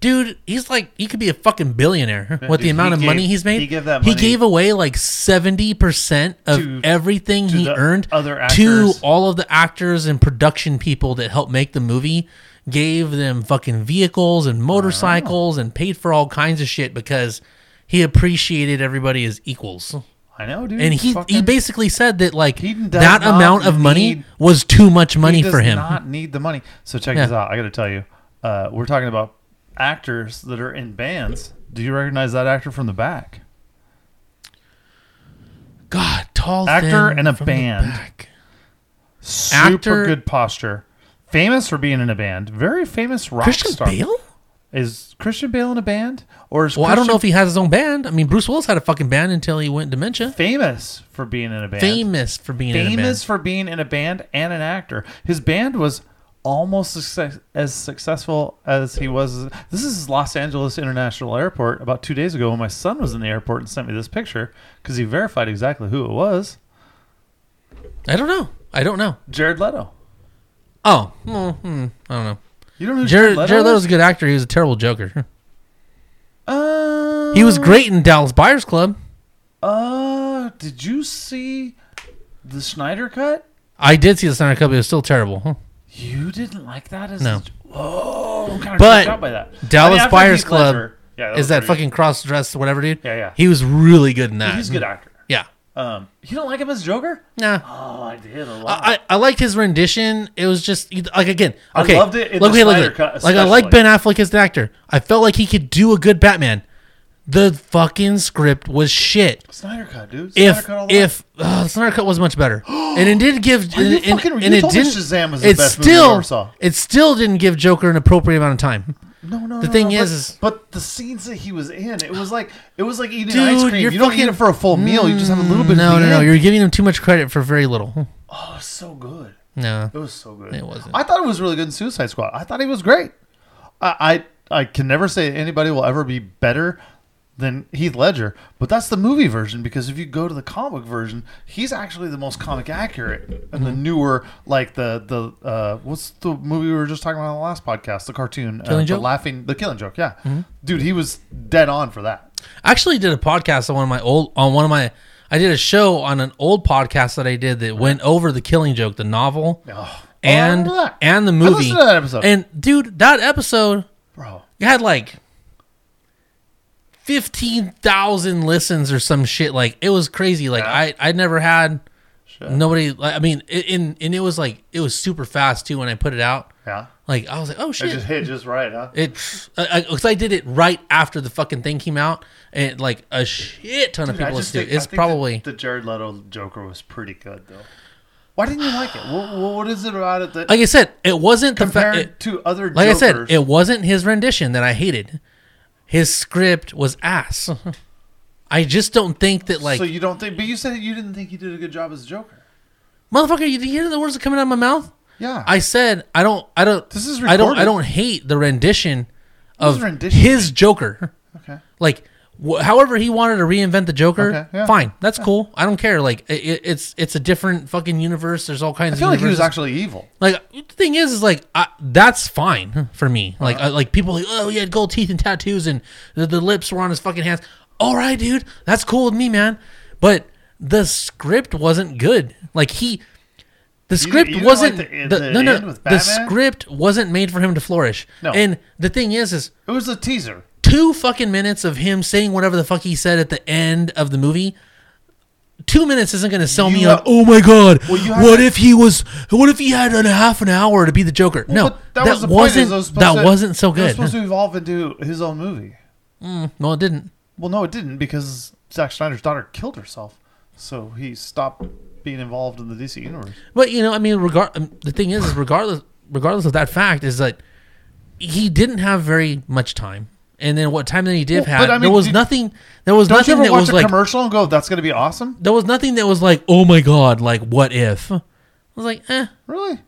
Dude, he's like he could be a fucking billionaire with dude, the amount he of gave- money he's made. he gave that money- gave away like seventy percent of To- everything he the earned other to actors. all of the actors and production people that helped make the movie. Gave them fucking vehicles and motorcycles and paid for all kinds of shit because he appreciated everybody as equals I know, dude. and he he Fucking- basically said that like He does that not amount of money need- was too much money he does for him. Not need the money. So check Yeah. this out. I got to tell you, uh, we're talking about actors that are in bands. Do you recognize that actor from the back? God, tall Actor thin and a from the band. back. Super Actor- good posture. Famous for being in a band. Very famous rock Christian star. Bale. Is Christian Bale in a band? Or is Well, I don't know if Christian he has his own band. I mean, Bruce Willis had a fucking band until he went dementia. famous for being in a band? Famous for being in a famous band. for being in a band and an actor. His band was almost success- as successful as he was. This is Los Angeles International Airport about two days ago when my son was in the airport and sent me this picture because he verified exactly who it was. I don't know. I don't know. Jared Leto. Oh, well, hmm, I don't know. You don't know who Jared, Jared, Jared Leto Leto's is? a good actor. He was a terrible Joker. Uh, He was great in Dallas Buyers Club. Uh, did you see the Snyder cut? I did see the Snyder Cut, but it was still terrible. Huh. You didn't like that as No. Whoa, I'm kind of But freaked out by that. Dallas after Buyers Heath Club yeah, Is was that pretty- fucking cross dress whatever dude? Yeah, yeah. He was really good in that. He's a good actor. Yeah. Um, you don't like him as Joker? Nah. Oh, I did a lot. I, I I liked his rendition. It was just like again. I Okay, loved it in look, the okay, look, Snyder look. Cut like I especially. like Ben Affleck as an actor. I felt like he could do a good Batman. The fucking script was shit. Snyder cut, dude. Snyder If cut all the way. if uh, Snyder Cut was much better, and it didn't give Are you and, and- fucking- and you it told me didn't Shazam was the it best movie you still ever saw. it still didn't give Joker an appropriate amount of time. no, no, the no, thing no, is- but, is- but the scenes that he was in, it was like it was like eating Dude, ice cream. You you're don't eat fucking- Mm, it for a full meal. You just have a little bit. No, at the no, no. end. You're giving him too much credit for very little. Oh, it's so good. No, It was so good. It wasn't. I thought it was really good in Suicide Squad. I thought he was great. I I, I can never say anybody will ever be better than Heath Ledger, but that's the movie version because if you go to the comic version, he's actually the most comic accurate. And the Mm-hmm. newer, like the the uh, what's the movie we were just talking about on the last podcast, the cartoon, uh, Killing the Joke? Mm-hmm. laughing, the Killing Joke. Yeah, dude, he was dead on for that. I actually did a podcast on one of my old on one of my I did a show on an old podcast that I did that went over the Killing Joke, the novel, Oh, and I remember that. and the I movie. listened to that episode, And dude, that episode bro. had like fifteen thousand listens or some shit. Like it was crazy. Like Yeah. I I never had Shit. nobody. Like, I mean, it, and and it was like it was super fast too when I put it out. Yeah, Like I was like, oh it shit, just hit just right, huh? it's I, I, 'cause I did it right after the fucking thing came out, and like a shit ton of Dude, I people listened just to it. think- I It's think probably the, the Jared Leto Joker was pretty good though. Why didn't you like it? What, what- what is it about it that like I said, it wasn't the compared fact. it- to other Like I Jokers? said, it wasn't his rendition that I hated. His script was ass. I just don't think that like so you don't think? But you said you didn't think he did a good job as Joker. motherfucker. You did you hear the words that coming out of my mouth? Yeah, I said I don't. I don't. This is I don't. I recorded. don't hate the rendition of rendition? his Joker. okay. like wh- however he wanted to reinvent the Joker, Okay, yeah. fine, that's cool. I don't care. Like i i- it's it's a different fucking universe. There's all kinds. I feel of like he was universes. actually evil. like the thing is is like I, that's fine for me. Like I, like people like oh he had gold teeth and tattoos and the, the lips were on his fucking hands. All right, dude, that's cool with me, man. But the script wasn't good. Like he. The script you didn't like wasn't the- the, the no end no the with Batman? script wasn't made for him to flourish. No. And the thing is is It was a teaser. two fucking minutes of him saying whatever the fuck he said at the end of the movie. Two minutes isn't going to sell me You on. have- Oh my god! Well, you have what to- if he was? What if he had a half an hour to be the Joker? no, that, But the point, is wasn't. it was supposed that to- wasn't so It was good. supposed to evolve into his own movie. no, it didn't. Well, no, it didn't because Zack Snyder's daughter killed herself, so he stopped being involved in the DC universe. But you know, I mean, regard um, the thing is, is regardless, regardless of that fact, is that he didn't have very much time. And then what time that he did Well, have, but I mean, there was did- nothing. There was Don't nothing you ever that watch was a like commercial and go, "That's going to be awesome"? there was nothing that was like, oh my god, like what if? I was like, eh, Really?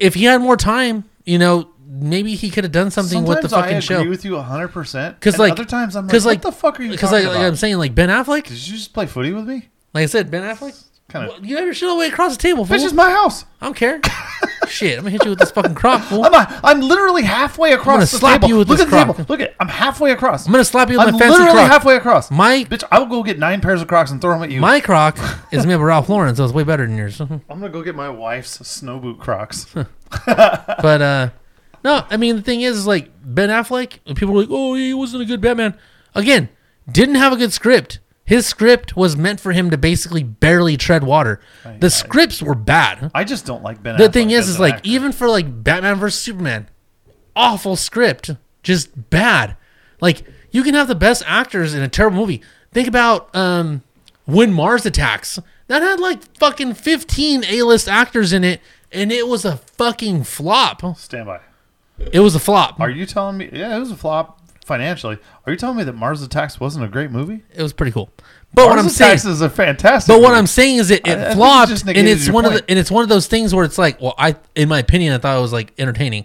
if he had more time, you know, maybe he could have done something with the Sometimes fucking I agree show. with you 100%. Because and like, other times I'm like, 'cause, what the fuck are you 'cause, talking like, about? like I'm saying, like Ben Affleck, Did you just play footy with me? like I said, Ben Affleck, Kind of. well, you have your shit all the way across the table, fool. This is my house. I don't care. shit, I'm gonna hit you with this fucking crock, fool. I'm, a, I'm literally halfway across the slap table. you with Look this at the table. crock. Look at I'm halfway across. I'm gonna slap you with I'm my fancy literally crock. halfway across. My- bitch, I will go get nine pairs of Crocs and throw them at you. My crock is made by Ralph Lauren, so it's way better than yours. I'm gonna go get my wife's snow boot Crocs. but uh, no, I mean the thing is, is like Ben Affleck, and people were like, oh, he wasn't a good Batman. Again, didn't have a good script. His script was meant for him to basically barely tread water. The scripts were bad. I just don't like Ben. The Affleck thing is, as is an like actor. even for like Batman versus Superman, awful script, just bad. Like you can have the best actors in a terrible movie. Think about um, when Mars attacks. That had like fucking fifteen A-list actors in it, and it was a fucking flop. Stand by. It was a flop. Are you telling me? Yeah, it was a flop financially. Are you telling me that Mars Attacks wasn't a great movie? It was pretty cool. But what Mars I'm saying, Attacks is a fantastic. but what movie. I'm saying is it, it I think you flopped, just and negated it's your one of point. the and it's one of those things where it's like, well, I in my opinion, I thought it was like entertaining,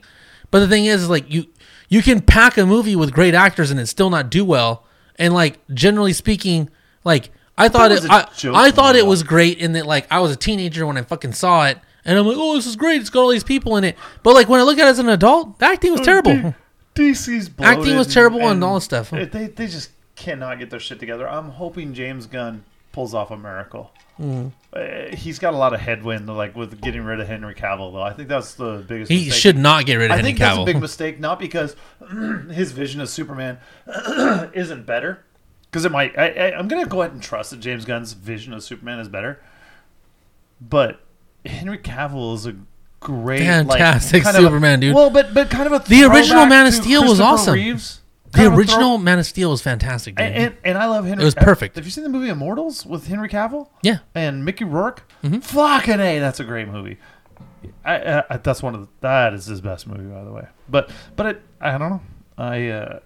but the thing is, is like you you can pack a movie with great actors and it still not do well, and like generally speaking, like I thought was it, a I, joke I thought it movie. was great in that like I was a teenager when I fucking saw it, and I'm like, oh, this is great, it's got all these people in it, but like when I look at it as an adult, the acting was Oh, terrible. D- DC's bloated Acting was terrible and- and all this stuff. it- They, they just cannot get their shit together. I'm hoping James Gunn pulls off a miracle. Mm. Uh, he's got a lot of headwind, like with getting rid of Henry Cavill. Though I think that's the biggest. He mistake. should not get rid of I Henry think that's a Cavill. big mistake, not because his vision of Superman isn't better, because it might. I, I, I'm gonna go ahead and trust that James Gunn's vision of Superman is better. But Henry Cavill is a great, Fantastic like, kind of a- Superman, dude. Well, but but kind of a The original throwback Man of to Steel was Christopher awesome. Reeves. Kind The of a throw- original Man of Steel was fantastic, dude. and, and, and I love Henry. It was Cavill. perfect. Have you seen the movie Immortals with Henry Cavill? yeah. and Mickey Rourke. Fucking a, that's a great movie. I, I, I- that's one of the, that is his best movie, by the way. But but it, I don't know. I uh,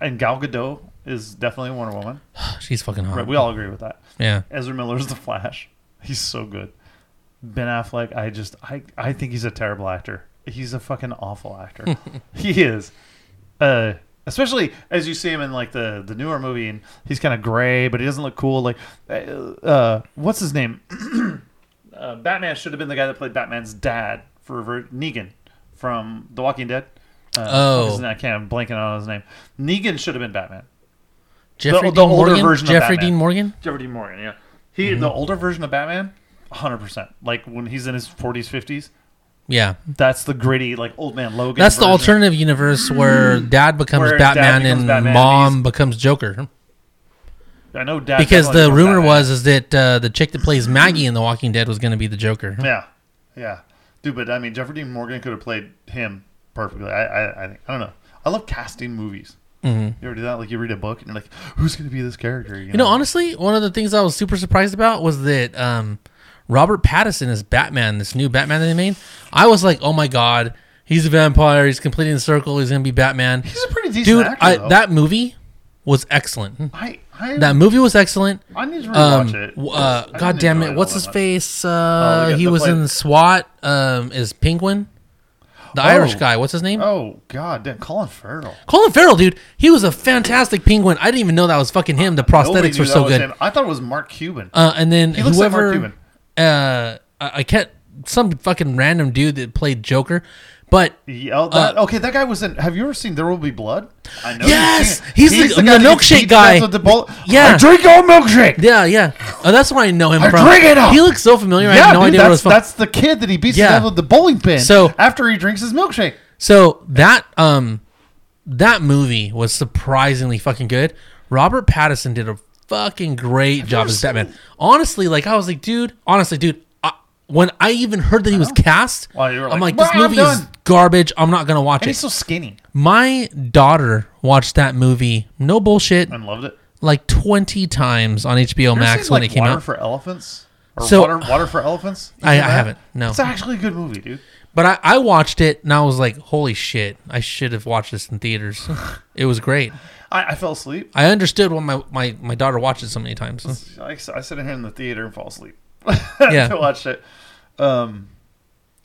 and Gal Gadot is definitely Wonder Woman. She's fucking hot. Right, we all agree with that. yeah. Ezra Miller's The Flash. He's so good. Ben Affleck, I just I I think he's a terrible actor. He's a fucking awful actor. he is. Uh especially as you see him in like the the newer movie and he's kind of gray but he doesn't look cool like uh, uh what's his name? uh, Batman should have been the guy that played Batman's dad for Ver- Negan from The Walking Dead. Uh, Oh. isn't that- I can't. I'm blanking on his name. Negan should have been Batman. Jeffrey the Dean older Morgan. version of Jeffrey Batman. Dean Morgan. Jeffrey Dean Morgan, yeah. He the Mm-hmm. older version of Batman, hundred percent. Like when he's in his forties, fifties, Yeah. that's the gritty, like old man Logan. That's the version. alternative universe where dad becomes Mm-hmm. Where dad Batman becomes and Batman and mom becomes Joker. I know Dad Because definitely the rumor Batman. was is that uh, the chick that plays Maggie in The Walking Dead was going to be the Joker. Yeah, yeah, dude. But I mean, Jeffrey Dean Morgan could have played him perfectly. I, I, I, think- I don't know. I love casting movies. Mm-hmm. You ever do that? Like you read a book and you're like, who's gonna be this character? You know, honestly, one of the things I was super surprised about was that um, Robert Pattinson is Batman, this new Batman that they made. I was like, oh my god, he's a vampire. He's completing the circle. He's going to be Batman. he's a pretty decent Dude, actor. I, though. that movie was excellent. I, I, That movie was excellent. I need to Um, rewatch it. w- uh, I didn't God damn enjoy it! all What's that his much. face? Oh, Uh, we got he the was play- in SWAT. Um, is Penguin, the Irish guy? What's his name? Oh god, damn, Colin Farrell. Colin Farrell, dude. He was a fantastic Penguin. I didn't even know that was fucking him. The Nobody prosthetics knew were that so was good. him. I thought it was Mark Cuban. Uh, and then He looks like Mark whoever, Cuban. uh, I, I can't. Some fucking random dude that played Joker, but Yeah, Uh, that, okay, that guy was in. Have you ever seen There Will Be Blood? I know. you've Yes! seen it. He's the- the guy that milkshake beats guys guy. with the ball- Yeah. I drink your milkshake. yeah, yeah. Oh, that's where I know him I from. drink it up! He looks so familiar. I Yeah, have no dude, idea what it was that's, from. that's the kid that he beats Yeah. yeah. with the bowling pin. So- after he drinks his milkshake, So that um that movie was surprisingly fucking good. Robert Pattinson did a fucking great job ever as seen Batman. Honestly, like I was like, dude, honestly, dude, I, when I even heard that he was cast, Well, you were I'm like, like, this "Well, I'm movie is done." garbage. I'm not gonna watch and it. he's so skinny. My daughter watched that movie, no bullshit, I loved it. like 20 times on HBO You ever Max seen, when like, it came Water out. for Elephants. Or So- water, water for elephants. You I- seen I that? haven't, no. it's actually a good movie, dude. But I, I watched it and I was like, holy shit, I should have watched this in theaters. it was great. I, I fell asleep. I understood why my, my, my daughter watched it so many times. I, I sit in here in the theater and fall asleep. Yeah. yeah, to watch it. Um,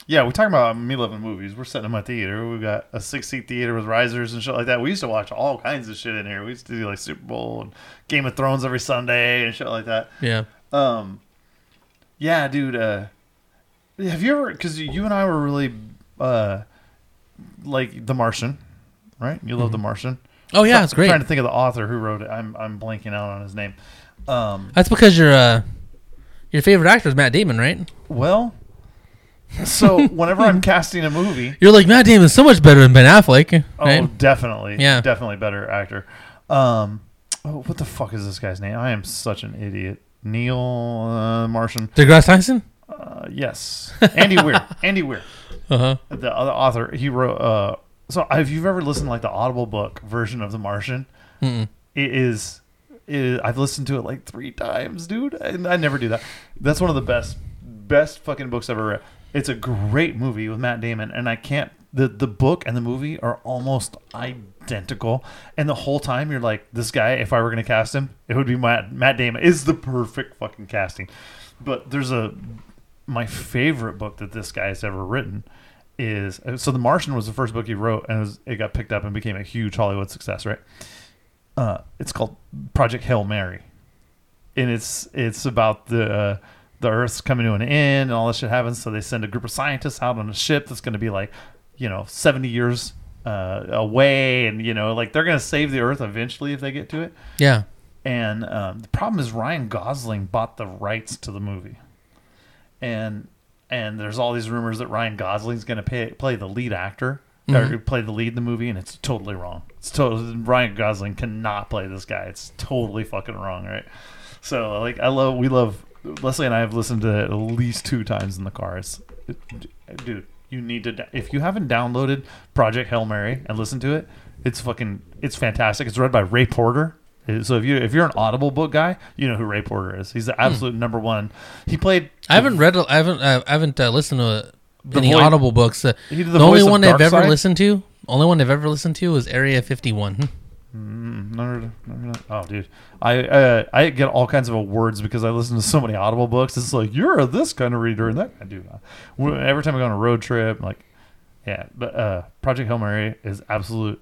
yeah, we're talking about me loving movies. We're sitting in my theater. We've got a six seat theater with risers and shit like that. We used to watch all kinds of shit in here. We used to do like Super Bowl and Game of Thrones every Sunday and shit like that. Yeah. Um, yeah, dude. Uh, have you ever? Because you and I were really uh, like The Martian, right? You love The Martian. Oh yeah, it's I'm trying great. to think of the author who wrote it. I'm I'm blanking out on his name. Um, That's because your uh your favorite actor is Matt Damon, right? Well, so whenever I'm casting a movie, You're like Matt Damon's so much better than Ben Affleck, oh, right? definitely, Yeah. definitely better actor. Um, oh, what the fuck is this guy's name? I am such an idiot. Neil uh, Martian. DeGrasse Tyson. Uh, yes, Andy Weir. Andy Weir, Uh huh. the other author. He wrote. Uh, so if you've ever listened to, like the Audible book version of The Martian, it is. It is, I've listened to it like three times, dude. And I never do that. That's one of the best, best fucking books I've ever read. It's a great movie with Matt Damon, and I can't. The, the book and the movie are almost identical, and the whole time you're like, this guy. If I were gonna cast him, it would be Matt. Matt Damon is the perfect fucking casting. But there's a my favorite book that this guy has ever written is so The Martian was the first book he wrote, and it, was, it got picked up and became a huge Hollywood success, right? uh, it's called Project Hail Mary, and it's it's about the uh, the Earth's coming to an end and all this shit happens. So they send a group of scientists out on a ship that's going to be like, you know, seventy years uh, away, and you know, like they're going to save the Earth eventually if they get to it. Yeah. And um, the problem is Ryan Gosling bought the rights to the movie, and and there's all these rumors that Ryan Gosling's going to play the lead actor or play the lead in the movie, and it's totally wrong. It's totally Ryan Gosling cannot play this guy. It's totally fucking wrong, right? So like I love we love Leslie and I have listened to it at least two times in the car. It's, it- dude, you need to if you haven't downloaded Project Hail Mary and listened to it, it's fucking it's fantastic. It's read by Ray Porter. So if you if you're an Audible book guy, you know who Ray Porter is. He's the absolute number one. He played I haven't read. I haven't. I haven't uh, listened to uh, The any voice- Audible books. Uh, he did the the only voice of one I've ever Darkseid? listened to. Only one I've ever listened to was Area Hmm. Fifty One. Never, never, oh, dude, I uh, I get all kinds of awards because I listen to so many Audible books. It's like you're a this kind of reader, and that I do. When- Every time I go on a road trip, like, yeah, but uh, Project Hail Mary is absolute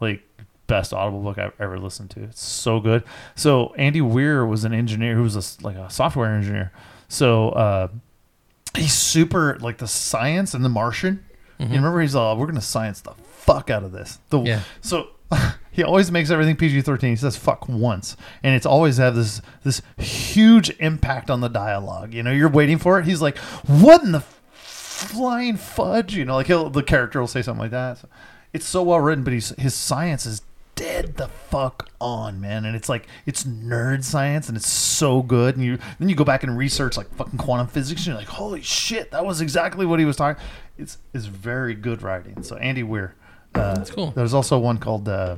like best Audible book I've ever listened to. It's so good. So Andy Weir was an engineer who was a, s- like a software engineer. So. Uh, he's super like the science and the Martian. You remember he's all we're gonna science the fuck out of this. The Yeah. so he always makes everything PG thirteen. He says fuck once, and it's always have this this huge impact on the dialogue. You know, you're waiting for it. He's like, what in the flying fudge? You know, like he'll the character will say something like that. So, it's so well written, but he's his science is dead the fuck on, man. And it's like it's nerd science, and it's so good. And you then you go back and research like fucking quantum physics, and you're like, holy shit, that was exactly what he was talking. It's it's very good writing. So Andy Weir, uh, that's cool. There's also one called. Uh,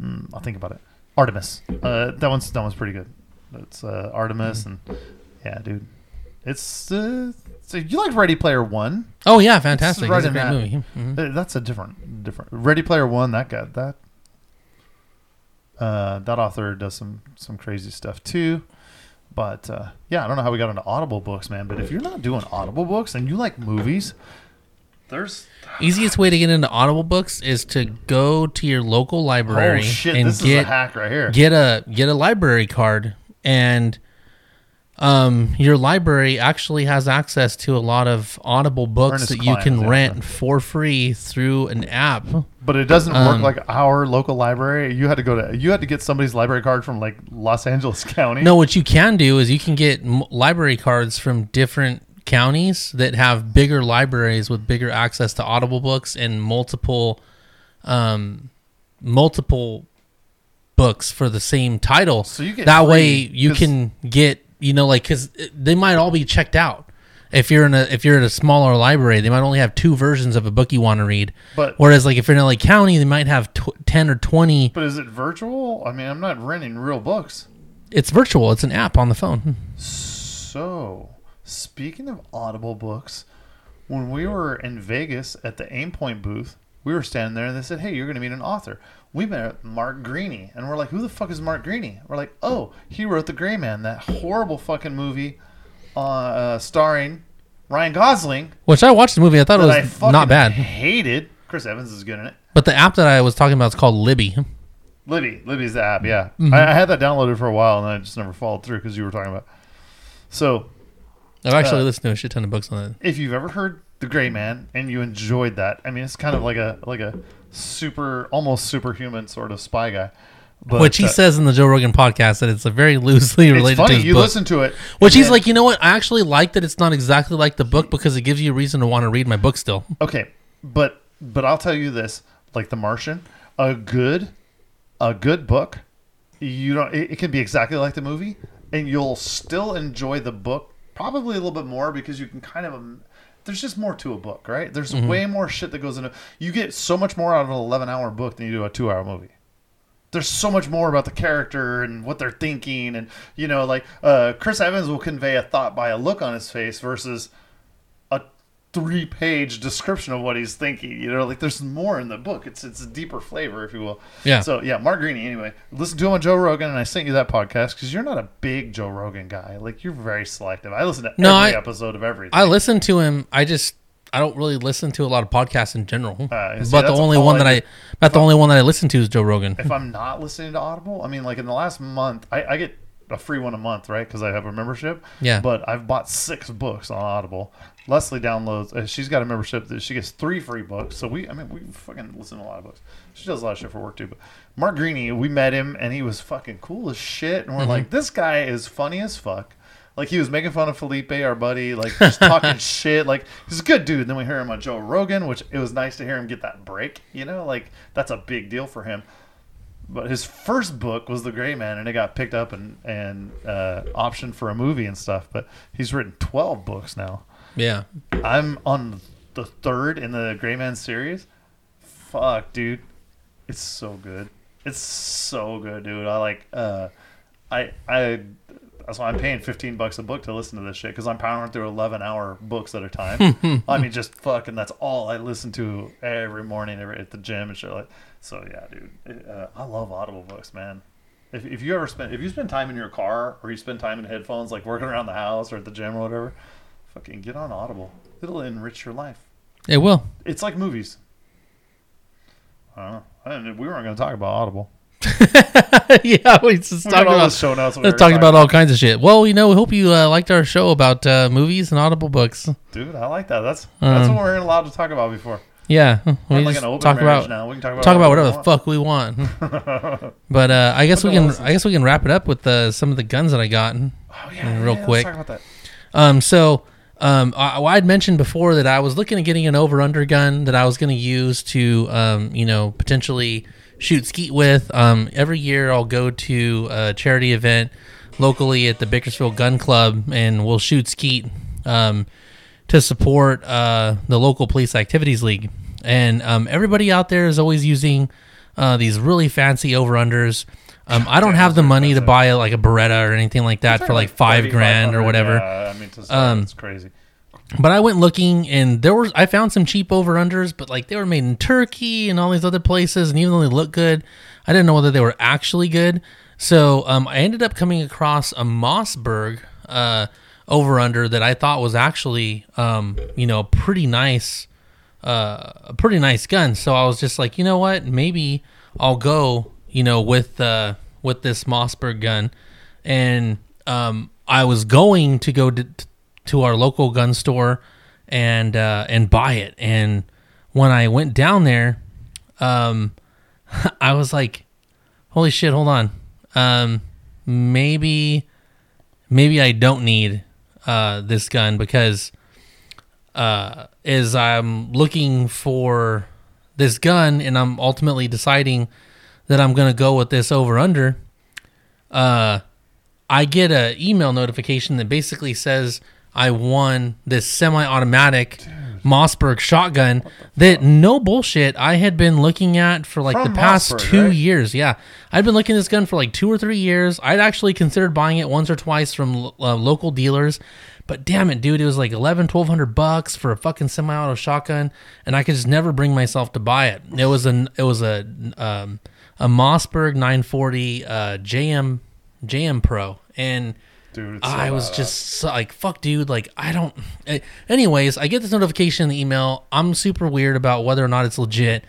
mm, I'll think about it. Artemis. Uh, that one's that one's pretty good. That's uh, Artemis, Hmm. and yeah, dude, it's. Uh, so you like Ready Player One? Oh yeah, fantastic! It's right a in great that. movie. Mhm. Uh, That's a different, different. Ready Player One. That got that. Uh, that author does some some crazy stuff too, but uh, yeah, I don't know how we got into Audible books, man. But if you're not doing Audible books and you like movies, there's Hmm. Easiest way to get into Audible books is to go to your local library oh shit, and this is a get hack right here. get a get a library card and um your library actually has access to a lot of audible books Ernest that you Cline, can yeah. rent for free through an app but it doesn't work um, like our local library. You had to go to you had to get somebody's library card from like Los Angeles County. no what you can do is you can get m- library cards from different counties that have bigger libraries with bigger access to audible books and multiple um multiple books for the same title. So you get that free, way you 'cause- can get you know like because they might all be checked out. If you're in a if you're at a smaller library, they might only have two versions of a book you want to read. But- whereas like if you're in LA County, they might have tw- ten or twenty. but is it virtual? I mean, I'm not renting real books. It's virtual. It's an app on the phone. Hmm. So, speaking of Audible books, when we were in Vegas at the Aimpoint booth, we were standing there and they said, "Hey, you're going to meet an author." We met Mark Greaney, and we're like, "Who the fuck is Mark Greaney?" We're like, "Oh, he wrote The Gray Man, that horrible fucking movie uh, uh, starring Ryan Gosling Which I watched the movie. I thought that I it was fucking not bad. hated. Chris Evans is good in it. But the app that I was talking about is called Libby. Libby, Libby's the app. Yeah, Mm-hmm. I, I had that downloaded for a while, and I just never followed through because you were talking about. So I've actually Uh, listened to a shit ton of books on it. if you've ever heard the gray man and you enjoyed that i mean it's kind of like a like a super almost superhuman sort of spy guy but Which he uh, says in the Joe Rogan podcast that it's a very loosely it's related to funny his you book. listen to it Which and he's then- like, you know what? I actually like that it's not exactly like the book because it gives you a reason to want to read my book still. okay but but i'll tell you this like the martian a good a good book you don't it, it can be exactly like the movie and you'll still enjoy the book probably a little bit more because you can kind of um, there's just more to a book right there's Mm-hmm. way more shit that goes into you get so much more out of an 11 hour book than you do a two hour movie there's so much more about the character and what they're thinking and you know like uh, chris evans will convey a thought by a look on his face versus a three page description of what he's thinking you know like there's more in the book it's it's a deeper flavor if you will Yeah. so yeah mark greeny anyway listen to him on joe rogan and i sent you that podcast because you're not a big joe rogan guy like you're very selective i listen to No, every I- episode of everything I listen to him. I just I don't really listen to a lot of podcasts in general. Uh, see, but the that's only all one I that I do. about the only one that I listen to is Joe Rogan. if I'm not listening to Audible, I mean, like in the last month, I, I get a free one a month, right? Because I have a membership. Yeah. But I've bought six books on Audible. Leslie downloads. Uh, she's got a membership that she gets three free books. So we, I mean, we fucking listen to a lot of books. She does a lot of shit for work too. But Mark Greaney, we met him and he was fucking cool as shit. And we're like, this guy is funny as fuck. Like he was making fun of Felipe, our buddy, like just talking shit. Like he's a good dude. And then we hear him on Joe Rogan, which it was nice to hear him get that break. You know, like that's a big deal for him. But his first book was The Gray Man, and it got picked up and and uh, optioned for a movie and stuff. But he's written twelve books now. Yeah. I'm on the third in the Gray Man series. Fuck, dude. It's so good. It's so good, dude. I like uh I I that's why I'm paying 15 bucks a book to listen to this shit cuz I'm powering through 11 hour books at a time. I mean just fucking that's all I listen to every morning every, at the gym and shit like. So yeah, dude. It, uh, I love audible books, man. If, if you ever spend if you spend time in your car or you spend time in headphones like working around the house or at the gym or whatever, fucking get on Audible. It'll enrich your life. It will. It's like movies. I don't know. I didn't, we weren't going to talk about Audible. yeah, we just We talked got all about this show notes. we we were talked about all kinds of shit. Well, you know, we hope you uh, liked our show about uh, movies and audible books. Dude, I like that. That's that's Um, what we weren't allowed to talk about before. Yeah, We're we like just an open talk marriage about now. We can talk about talk about whatever whatever the fuck we want. we want. But uh, I guess What we the can hell is I guess we can wrap it up with uh, some of the guns that I got. oh yeah, real yeah, let's quick. talk about that. Um, so um, I, well, I'd mentioned before that I was looking at getting an over under gun that I was going to use to, um, you know, potentially shoot skeet with. Um, every year I'll go to a charity event locally at the Bakersfield Gun Club and we'll shoot skeet um, to support uh, the local police activities league. And um, everybody out there is always using uh, these really fancy over unders. Um, I don't have the money to buy like a Beretta or anything like that for like five grand or 3,500, whatever Yeah, I mean, to start, Um, it's crazy. but I went looking and there was I found some cheap over unders, but like they were made in Turkey and all these other places, and even though they looked good, I didn't know whether they were actually good. So um, I ended up coming across a Mossberg uh, over under that I thought was actually um, you know pretty nice uh, a pretty nice gun. So I was just like, you know what? Maybe I'll go, you know, with uh, with this Mossberg gun. And um, I was going to go to, to our local gun store and uh, and buy it. And when I went down there, um, I was like, holy shit, hold on. Um, maybe maybe I don't need uh, this gun because uh, is I'm looking for this gun and I'm ultimately deciding that I'm gonna go with this over under. Uh, I get a email notification that basically says I won this semi-automatic Mossberg shotgun that no bullshit I had been looking at for like From the past Mossberg, two right? years. Yeah, I'd been looking at this gun for like two or three years. I'd actually considered buying it once or twice from lo- uh, local dealers, but damn it, dude, it was like 11, 1200 bucks for a fucking semi-auto shotgun, and I could just never bring myself to buy it. It was an it was a um, a Mossberg 940 uh, JM JM Pro, and Dude, it's so I was badass. just so, like, fuck, dude. Like, I don't. eh, Anyways, I get this notification in the email. I'm super weird about whether or not it's legit.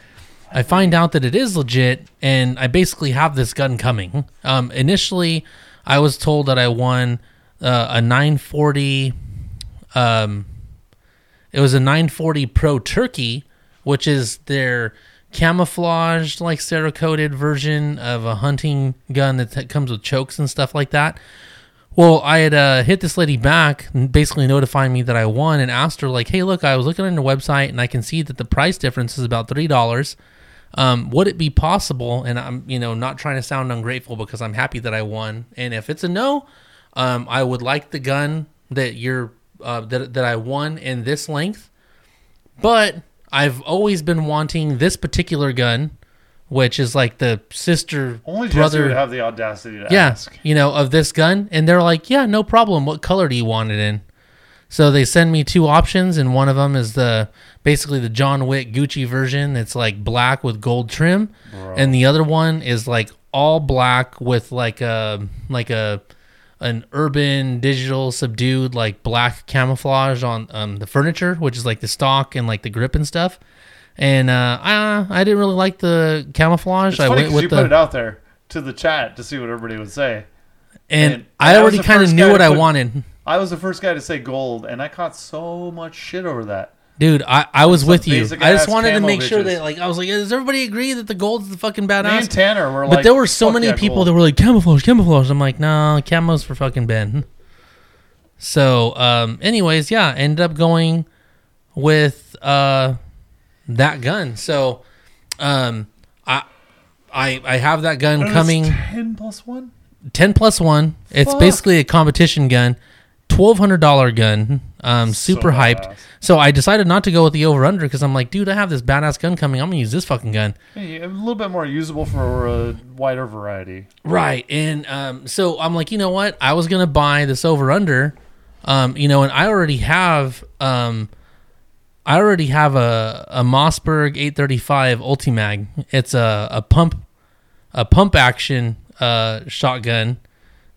I find out that it is legit, and I basically have this gun coming. Um, initially, I was told that I won uh, a 940. Um, it was a 940 Pro Turkey, which is their camouflaged, like cerakoted version of a hunting gun that that comes with chokes and stuff like that. Well, I had uh, hit this lady back, n- basically notifying me that I won, and asked her like, "Hey, look, I was looking on your website, and I can see that the price difference is about three dollars. Um, would it be possible?" And I'm, you know, not trying to sound ungrateful because I'm happy that I won. And if it's a no, um, I would like the gun that you're uh, that that I won in this length, but I've always been wanting this particular gun, which is like the sister only Jesse brother would have the audacity to yeah, ask. you know, of this gun. And they're like, yeah, no problem. What color do you want it in? So they send me two options, and one of them is the basically the John Wick Gucci version. It's like black with gold trim, Bro. and the other one is like all black with like a like a an urban digital subdued like black camouflage on um, the furniture, which is like the stock and like the grip and stuff. And uh, I I didn't really like the camouflage. It's I funny went 'cause with you the put it out there to the chat to see what everybody would say. and, And I, I was already the kind of first knew guy what to I put- wanted, I was the first guy to say gold, and I caught so much shit over that. dude. I, I was Some with you. basic I just ass wanted to camo make sure bitches. that like I was like, does everybody agree that the gold's the fucking Me badass? and Tanner were but like, there were so many people that that were like camouflage, camouflage. I'm like, no, camo's for fucking Ben. So, um, anyways, yeah, ended up going with uh, that gun. So, um, I, I, I have that gun coming ten plus one. ten plus one. It's Fuck. basically a competition gun, twelve hundred dollar gun. Um, super hyped. badass. So I decided not to go with the over under because I'm like, dude, I have this badass gun coming. I'm gonna use this fucking gun. Hey, a little bit more usable for a wider variety. Right. And um, so I'm like, you know what? I was gonna buy this over under, um, you know, and I already have um, I already have a a Mossberg 835 Ultimag. It's a, a pump a pump action uh, shotgun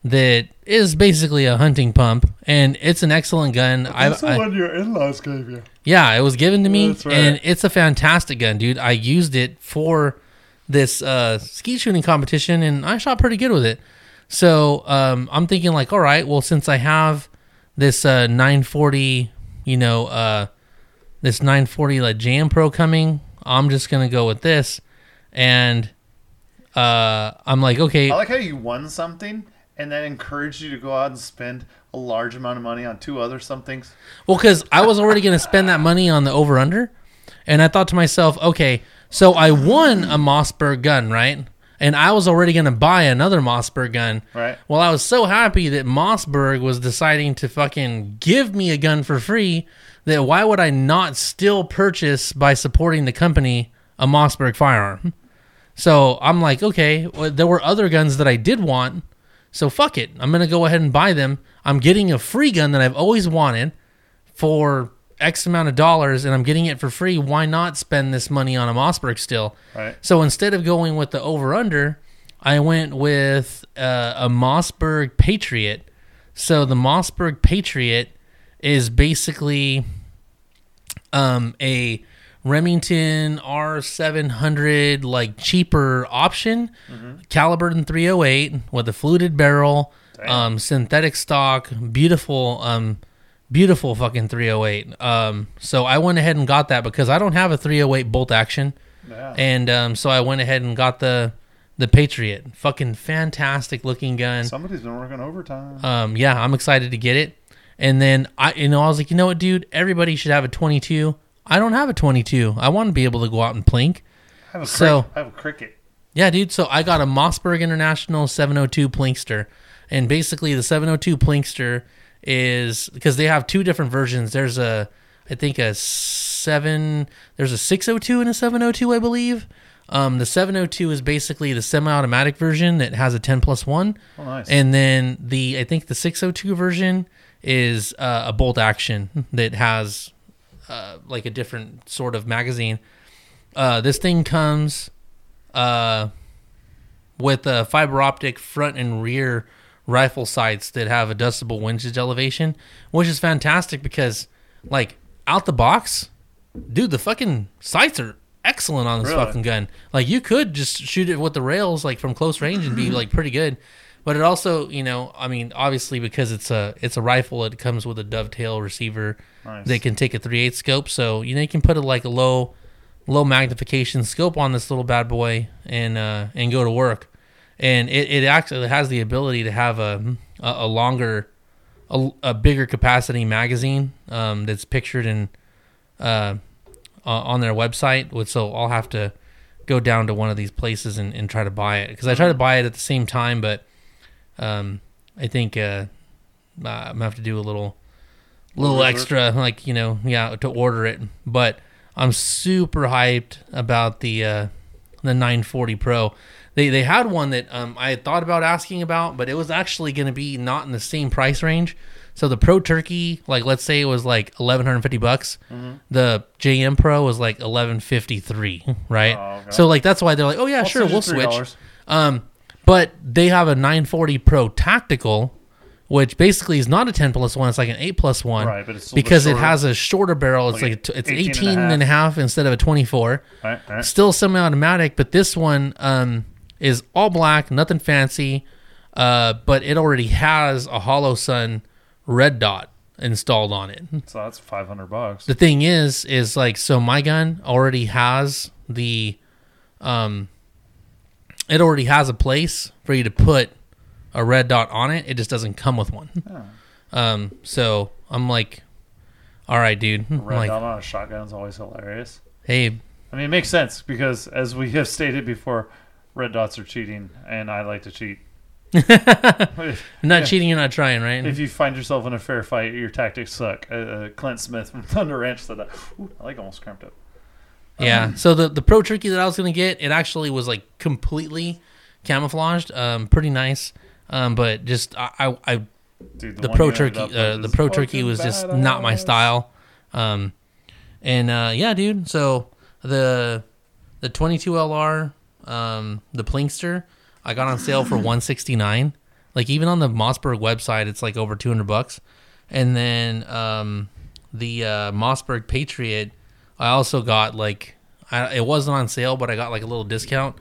that is basically a hunting pump, and it's an excellent gun. I've- I, one your in-laws gave you. yeah, it was given to me, That's right. and it's a fantastic gun, dude. I used it for this uh, skeet shooting competition, and I shot pretty good with it. So um, I'm thinking, like, all right, well, since I have this uh, 940, you know, uh, this 940 like Jam Pro coming, I'm just gonna go with this, and uh, I'm like, okay, I like how you won something and that encouraged you to go out and spend a large amount of money on two other somethings. Well, because I was already going to spend that money on the over under, and I thought to myself, okay, so I won a Mossberg gun, right? And I was already going to buy another Mossberg gun. Right. Well, I was so happy that Mossberg was deciding to fucking give me a gun for free that why would I not still purchase by supporting the company a Mossberg firearm? So I'm like, okay, well, there were other guns that I did want. So fuck it. I'm going to go ahead and buy them. I'm getting a free gun that I've always wanted for X amount of dollars and I'm getting it for free, why not spend this money on a Mossberg still? Right. So instead of going with the over under, I went with uh, a Mossberg Patriot. So the Mossberg Patriot is basically um, a Remington R700 like cheaper option, Mm-hmm. calibered in 308 with a fluted barrel, um, synthetic stock, beautiful, um, beautiful fucking 308. Um, so I went ahead and got that because I don't have a 308 bolt action, Yeah. and um, so I went ahead and got the the Patriot, fucking fantastic looking gun. Somebody's been working overtime. Um, yeah, I'm excited to get it. And then I, you know, I was like, you know what, dude, everybody should have a 22. I don't have a 22. I want to be able to go out and plink. I have a so- cricket. I have a cricket. Yeah, dude. So I got a Mossberg International 702 Plinkster, and basically the 702 Plinkster is because they have two different versions. There's a, I think a seven. There's a 602 and a 702, I believe. Um, the 702 is basically the semi-automatic version that has a 10 plus one. Oh, nice. And then the I think the 602 version is uh, a bolt action that has uh, like a different sort of magazine. Uh, this thing comes uh, with uh, fiber optic front and rear rifle sights that have adjustable windage elevation, which is fantastic because like out the box, dude, the fucking sights are excellent on this Really? fucking gun. Like you could just shoot it with the rails like from close range and be like pretty good. But it also, you know, I mean, obviously because it's a it's a rifle, it comes with a dovetail receiver Nice. that can take a 3/8 scope. So you know you can put a, like a low low magnification scope on this little bad boy and uh, and go to work. And it, it actually has the ability to have a a, a longer a, a bigger capacity magazine um, that's pictured in uh, uh, on their website. With so I'll have to go down to one of these places and, and try to buy it because I try to buy it at the same time, but um, I think uh, I'm gonna have to do a little little Reserve. extra, like you know, yeah, to order it. But I'm super hyped about the uh, the 940 Pro. They they had one that um, I had thought about asking about, but it was actually going to be not in the same price range. So the Pro Turkey, like let's say it was like 1150 bucks, Mm-hmm. the JM Pro was like 1153, right? Oh, okay. So like that's why they're like, oh yeah, I'll sure, send you we'll $3. switch. Um, but they have a 940 Pro Tactical, which basically is not a 10 plus one; it's like an 8 plus one, Right, but it's still the because it shorter- has a shorter barrel. It's Like like, a t it's 18 18, and a and, a half instead of a 24. All right, all right. Still semi-automatic, but this one um, is all black, nothing fancy. Uh, but it already has a Hollow Sun red dot installed on it. So that's 500 bucks. The thing is, is like so my gun already has the um it already has a place for you to put a red dot on it. It just doesn't come with one. Um, so I'm like, all right, dude. I'm Red like, dot on a shotgun is always hilarious. hey, I mean, it makes sense because, as we have stated before, red dots are cheating, and I like to cheat. if, I'm not Yeah. cheating. You're not trying, right? if you find yourself in a fair fight, your tactics suck. Uh, uh, Clint Smith from Thunder Ranch said that. Ooh, I like almost cramped up. yeah. Uh-huh. so the the pro turkey that I was gonna get, it actually was like completely camouflaged. Um, pretty nice. Um, but just I I, I Dude, the one pro you ended turkey up with uh, the is pro turkey fucking was just not my badass. style um and uh yeah dude so the the 22 lr um the plinkster i got on sale for 169 like even on the mossberg website it's like over 200 bucks and then um the uh mossberg patriot i also got like I, it wasn't on sale but i got like a little discount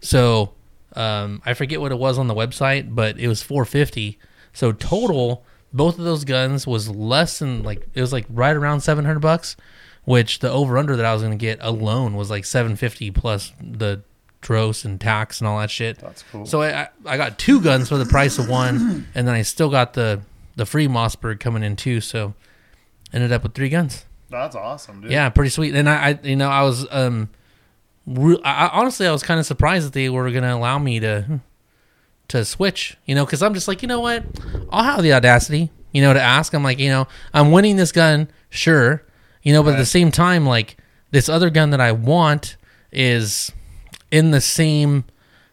so um, I forget what it was on the website, but it was 450. So total, both of those guns was less than like it was like right around 700 bucks, which the over under that I was gonna get alone was like 750 plus the dross and tax and all that shit. That's cool. So I I- I got two guns for the price of one, and then I still got the the free Mossberg coming in too. So ended up with three guns. That's awesome, dude. Yeah, pretty sweet. And I, I you know, I was um, re- I, I- honestly, I was kind of surprised that they were gonna allow me to hmm, to switch. You know, because I'm just like, you know what, I'll have the audacity, you know, to ask. I'm like, you know, I'm winning this gun, sure, you know, but at the Right. same time, like this other gun that I want is in the same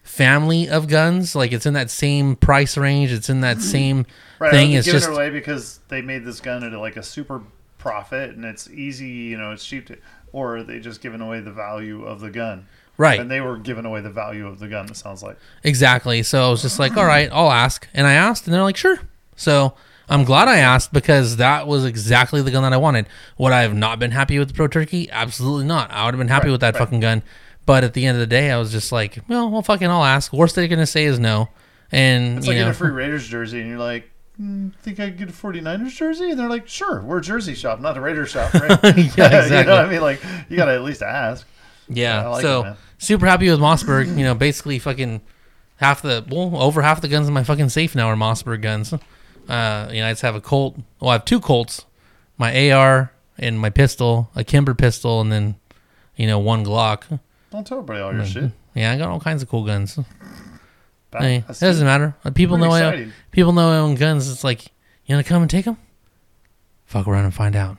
family of guns like it's in that same price range it's in that same Mm-hmm. right, thing I it's was giving just it away because they made this gun at like a super profit, and it's easy. You know, it's cheap. To, or they just giving away the value of the gun, right and they were giving away the value of the gun. It sounds like. Exactly. So I was just like, all right, I'll ask. And I asked, and they're like, sure. So I'm glad I asked because that was exactly the gun that I wanted. Would I have not been happy with the Pro Turkey? Absolutely not. I would have been happy Right, with that right. fucking gun. But at the end of the day, I was just like, well, well, fucking, I'll ask. Worst they're going to say is no. And, It's you like in know, a free Raiders jersey, and you're like, mm, think I could get a 49ers jersey? And they're like, sure, we're a jersey shop, not a Raiders shop, right? you exactly. know what I mean? Like, you got to at least ask. yeah. I like it, so man. super happy with Mossberg. You know, basically fucking half the, well, over half the guns in my fucking safe now are Mossberg guns. Uh, you know, I just have a Colt. Well, I have two Colts, my AR and my pistol, a Kimber pistol, and then, you know, one Glock. Don't tell everybody all your shit. Yeah, I got all kinds of cool guns. That- Mm-hmm. Hey, it that's doesn't matter. Uh, People pretty know I exciting. people know I own guns. It's like, you want to come and take them? Fuck around and find out.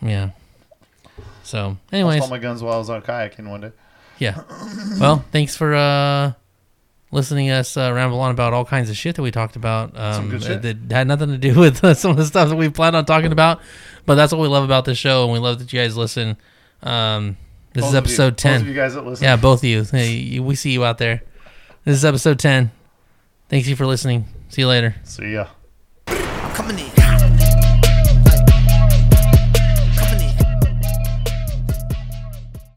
yeah. So, I anyways. lost all my guns while I was out kayaking one day. Yeah. Well, thanks for uh, listening to us uh, ramble on about all kinds of shit that we talked about. Um, good shit. That had nothing to do with uh, some of the stuff that we planned on talking about, but that's what we love about this show, and we love that you guys listen. Um, this is Both of you- episode Both of ten. you guys that listen. Yeah, both of you. Hey, you- we see you out there. This is episode ten. Thanks you for listening. See you later. See ya. I'm coming in.